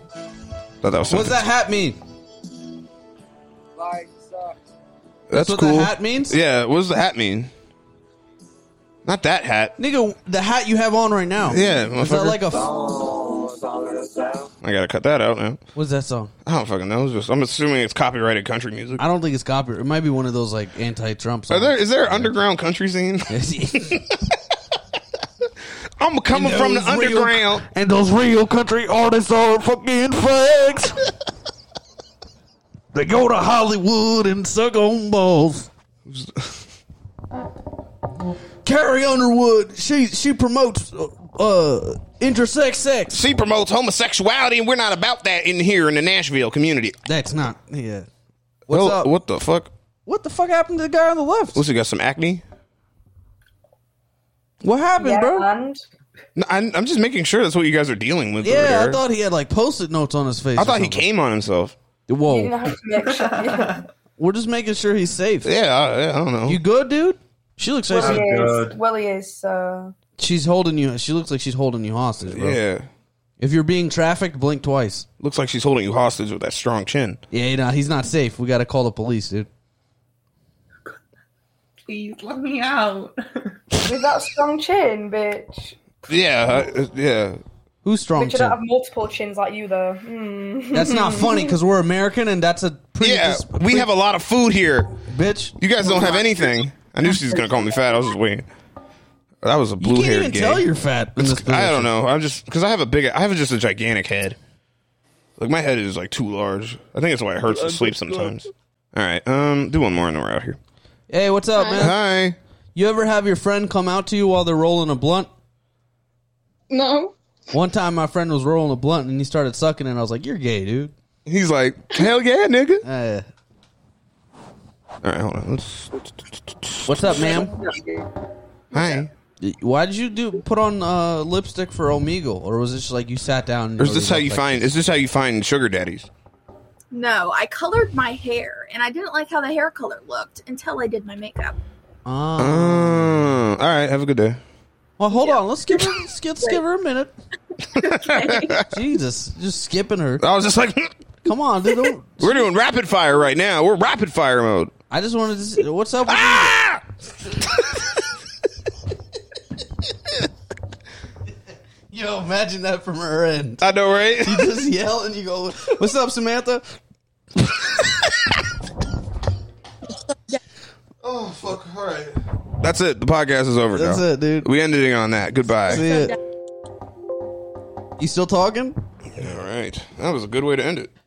S2: Thought
S1: <laughs>
S2: that was
S1: What's
S2: something.
S1: that hat mean?
S2: That's,
S1: That's what
S2: cool.
S1: the hat means?
S2: Yeah. What does the hat mean? Not that hat.
S1: Nigga, the hat you have on right now.
S2: Yeah,
S1: Is that
S2: motherfucker.
S1: like a. F-
S2: I gotta cut that out now.
S1: What's that song?
S2: I don't fucking know. It's just, I'm assuming it's copyrighted country music.
S1: I don't think it's copyright. It might be one of those like anti-Trump
S2: Are
S1: songs.
S2: there is there an underground country scene? <laughs>
S1: <laughs>
S2: I'm coming from the
S1: those real-
S2: underground.
S1: and those real country artists are fucking fags. they go to Hollywood and suck on balls. Carrie Underwood, she she promotes uh, uh intersex sex.
S2: She promotes homosexuality, and we're not about that in here in the Nashville community.
S1: That's not yeah.
S2: What's
S1: up?
S2: What the fuck?
S1: What the fuck happened to the guy on the left?
S2: What's he got? Some acne?
S1: What happened, bro?
S22: And
S2: No, I'm, I'm just making sure that's what you guys are dealing with. over
S1: Yeah,
S2: there.
S1: I thought he had like post-it notes on his face.
S2: I
S1: or
S2: thought he
S1: something.
S2: came on himself.
S1: Whoa,
S2: <laughs>
S1: we're just making sure he's safe.
S2: Yeah, I, yeah, I don't know.
S1: You good, dude? She looks like she's
S15: Willie is, Willie is so.
S1: She's holding you. She looks like she's holding you hostage, bro.
S2: yeah,
S1: If you're being trafficked, blink twice.
S2: looks like she's holding you hostage with that strong chin.
S1: Yeah, nah, he's not safe. We got to call the police, dude.
S20: Please let me out.
S15: With that strong chin, bitch.
S2: Yeah, uh, yeah.
S1: Who's strong?
S15: Bitch, I don't <laughs> have
S1: Tim?
S15: multiple chins like you, though. Mm.
S1: <laughs> That's not funny because we're American and that's a pretty.
S2: Yeah, we have a lot of food here.
S1: bitch.
S2: You guys don't have anything. I knew she was gonna call me fat. I was just waiting. That was a
S1: You
S2: blue
S1: can't
S2: haired
S1: even
S2: gay.
S1: tell you're fat in this position.
S2: I don't know. I'm just because I have a big. I have just a gigantic head. Like my head is like too large. I think that's why it hurts to sleep sometimes. All right, um, do one more and then we're out here.
S1: Hey, what's up, man?
S2: Hi.
S1: You ever have your friend come out to you while they're rolling a blunt?
S20: No.
S1: One time, my friend was rolling a blunt and he started sucking, and I was like, "You're gay, dude."
S2: He's like, hell yeah, nigga.
S1: Uh,
S2: All right, hold on. Let's.
S1: what's up, ma'am?
S2: Hi.
S1: Why did you do put on uh, lipstick for Omegle, or was it just like you sat down? And
S2: Or is this how you
S1: like-
S2: find? Is this how you find sugar daddies?
S20: No, I colored my hair and I didn't like how the hair color looked until I did my makeup.
S1: Ah.
S2: Oh, Uh, all right. Have a good day.
S1: Well, hold on. Let's give her. <laughs> Let's, give- let's give her a minute. Jesus, just skipping her.
S2: I was just like, <laughs>
S1: Come on, dude. Don't-
S2: we're doing rapid fire right now. We're rapid fire mode.
S1: I just wanted to. See, what's up? With
S2: Ah!
S1: you? <laughs> Yo, imagine that from her end.
S2: I know, <laughs> right?
S1: You just yell and you go, "What's up, Samantha?" Oh,
S2: fuck. All right. That's it. The podcast is over.
S1: That's
S2: now.
S1: it, dude.
S2: We ended it on that. Goodbye.
S1: See ya. You still talking? <laughs>
S2: All right. That was a good way to end it.